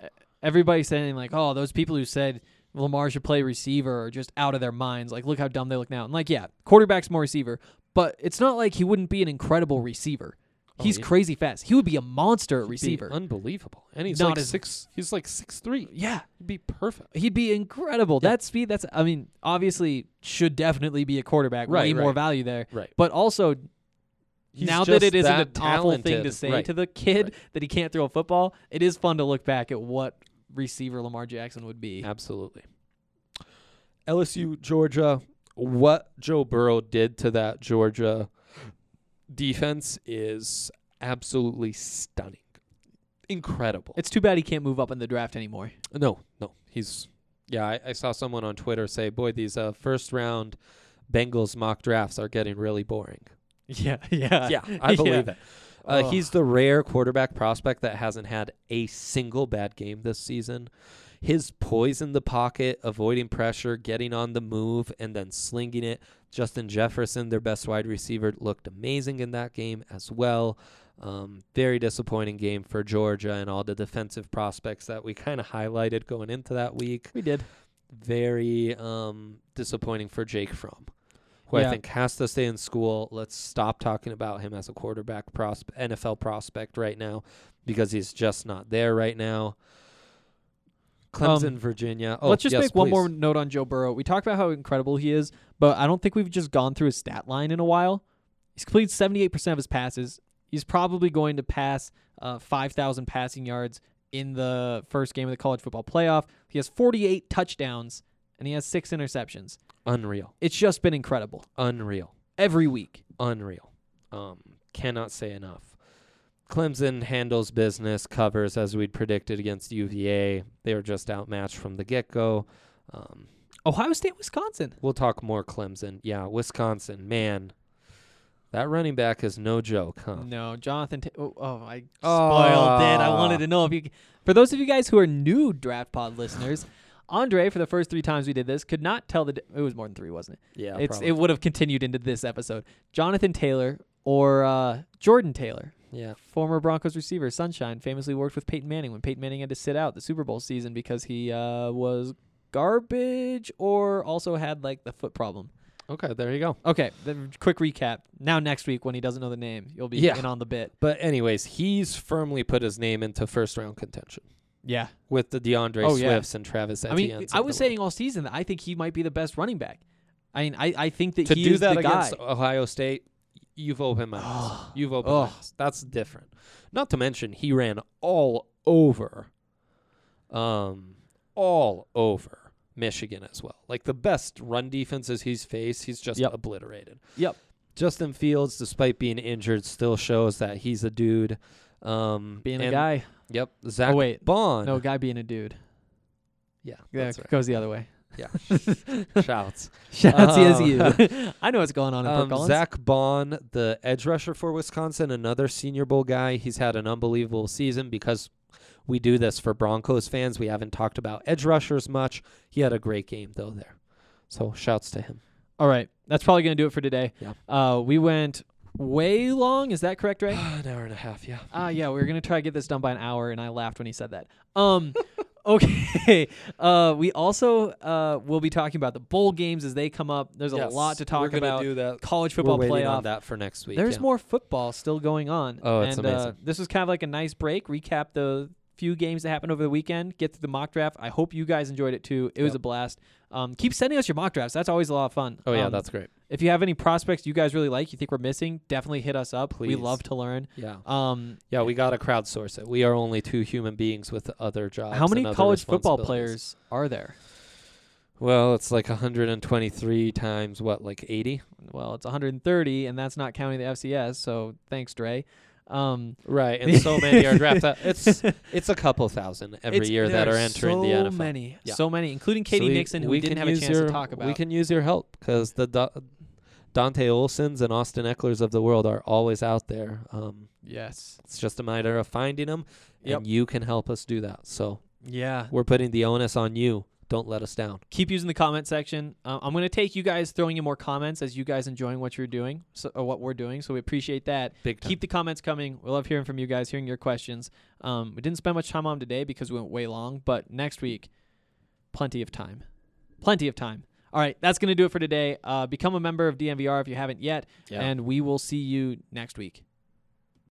e- everybody's saying like, oh, those people who said Lamar should play receiver are just out of their minds. Like, look how dumb they look now. And like, yeah, quarterback's more receiver, but it's not like he wouldn't be an incredible receiver.
Oh,
He's
yeah.
crazy fast. He would be a monster at
He'd be
receiver.
unbelievable. And he's
Not
like
as-
six he's like six three.
yeah,
He'd be perfect.
he'd be incredible.
Yeah.
That speed. That's. I mean, obviously, should definitely be a quarterback. Way
Right,
more
right.
value there.
Right.
But also,
He's
now that
just
it isn't
that
an awful thing to
talented.
say
Right.
to the kid
Right.
that he can't throw a football, it is fun to look back at what receiver Lamar Jackson would be.
Absolutely. LSU, Georgia, what Joe Burrow did to that Georgia defense is absolutely stunning. Incredible.
It's too bad he can't move up in the draft anymore.
No, no. He's yeah. I, I saw someone on Twitter say, "Boy, these uh, first round Bengals mock drafts are getting really boring."
Yeah, yeah,
yeah, I believe it. Uh,
Ugh.
He's the rare quarterback prospect that hasn't had a single bad game this season. His poise in the pocket, avoiding pressure, getting on the move, and then slinging it. Justin Jefferson, their best wide receiver, looked amazing in that game as well. Um, very disappointing game for Georgia and all the defensive prospects that we kind of highlighted going into that week.
We did.
Very um, disappointing for Jake Fromm, who
Yeah.
I think has to stay in school. Let's stop talking about him as a quarterback prospect, NFL prospect right now, because he's just not there right now. Clemson, Virginia. Oh,
Um, Let's just
yes,
make one
please.
more note on Joe Burrow. We talked about how incredible he is, but I don't think we've just gone through his stat line in a while. He's completed 78% of his passes. He's probably going to pass uh, 5,000 passing yards in the first game of the college football playoff. He has 48 touchdowns and he has six interceptions.
Unreal,
It's just been incredible
unreal,
every week.
unreal. Um, cannot say enough. Clemson handles business, covers as we'd predicted against UVA. They were just outmatched from the get go. Um,
Ohio State, Wisconsin.
we'll talk more Clemson. Yeah, Wisconsin, man. That running back is no joke, huh?
No, Jonathan. Ta- oh, oh, I spoiled it. I
Ah.
wanted to know if you. For those of you guys who are new Draft Pod listeners, Andre, for the first three times we did this, could not tell the. Di- it was more than three, wasn't it?
Yeah,
it's
probably.
it would have continued into this episode. Jonathan Taylor or uh, Jordan Taylor,
yeah.
former Broncos receiver, Sunshine, famously worked with Peyton Manning when Peyton Manning had to sit out the Super Bowl season because he uh, was garbage or also had like the foot problem.
Okay, there you go.
Okay, then quick recap. Now next week when he doesn't know the name, you'll be
Yeah.
in on the bit.
But anyways, he's firmly put his name into first round contention
Yeah.
with the DeAndre
Oh, yeah.
Swifts and Travis
I
Etienne.
mean, I was saying all season that I think he might be the best running back. I mean, I, I think that
to
he
do
is
that
the guy.
against Ohio State, you've opened my eyes. You've opened
Oh.
my eyes. That's different. Not to mention he ran all over, um, all over Michigan as well. Like the best run defenses he's faced, he's just
Yep.
obliterated.
Yep.
Justin Fields, despite being injured, still shows that he's a dude. Um,
Being a
and-
guy. Oh,
Yep. Zach
wait.
Bond.
No, a guy being a dude.
Yeah.
Yeah,
That's
it goes the other way.
right. Shouts.
Shouts
Um,
you. I know what's going on in Park
Um,
Collins.
Zach Bond, the edge rusher for Wisconsin, another Senior Bowl guy. He's had an unbelievable season because we do this for Broncos fans. We haven't talked about edge rushers much. He had a great game though there, so shouts to him.
all right. That's probably going to do it for today.
Yeah.
Uh, we went way long. Is that correct, Ray?
an hour and a half, yeah.
Ah, yeah, we were gonna try to get this done by an hour, and I laughed when he said that. Um, okay. Uh, we also uh will be talking about the bowl games as they come up. There's a lot to talk about.
Do that.
College football
We're waiting
playoff.
on that for next week.
There's
yeah.
more football still going on.
Oh, it's
and, Uh,
amazing.
this was kind of like a nice break. Recap the few games that happened over the weekend. Get through the mock draft. I hope you guys enjoyed it too. It was
Yep.
a blast. Um, keep sending us your mock drafts. That's always a lot of fun.
Oh yeah,
Um,
that's great.
if you have any prospects you guys really like, you think we're missing, definitely hit us up. We
Please.
love to learn.
Yeah,
Um,
yeah. We gotta crowdsource it. We are only two human beings with other jobs.
how many
and other
college football
responsibilities.
players are there?
Well, it's like 123 times what, like 80?
Well, it's 130, and that's not counting the FCS. So thanks, Dre. Um,
Right, and so many are drafted. It's it's a couple thousand every
It's-
year
there
that are entering
so
the NFL.
many,
Yeah.
so many, including
So
Katie
we-
Nixon, who
we
we didn't have
can
a
use
chance
your-
to talk about.
We can use your help because the Do- Dante Olsons and Austin Ecklers of the world are always out there. Um,
yes,
it's just a matter of finding them,
Yep.
and you can help us do that. So
yeah.
we're putting the onus on you. Don't let us down.
Keep using the comment section. Um, I'm going to take you guys throwing in more comments as you guys enjoying what you're doing, so or what we're doing. So we appreciate that.
Big time.
Keep the comments coming. We love hearing from you guys, hearing your questions. Um, we didn't spend much time on them today because we went way long, but next week, plenty of time. Plenty of time. All right, that's going to do it for today. Uh, become a member of DMVR if you haven't yet,
Yeah.
and we will see you next week.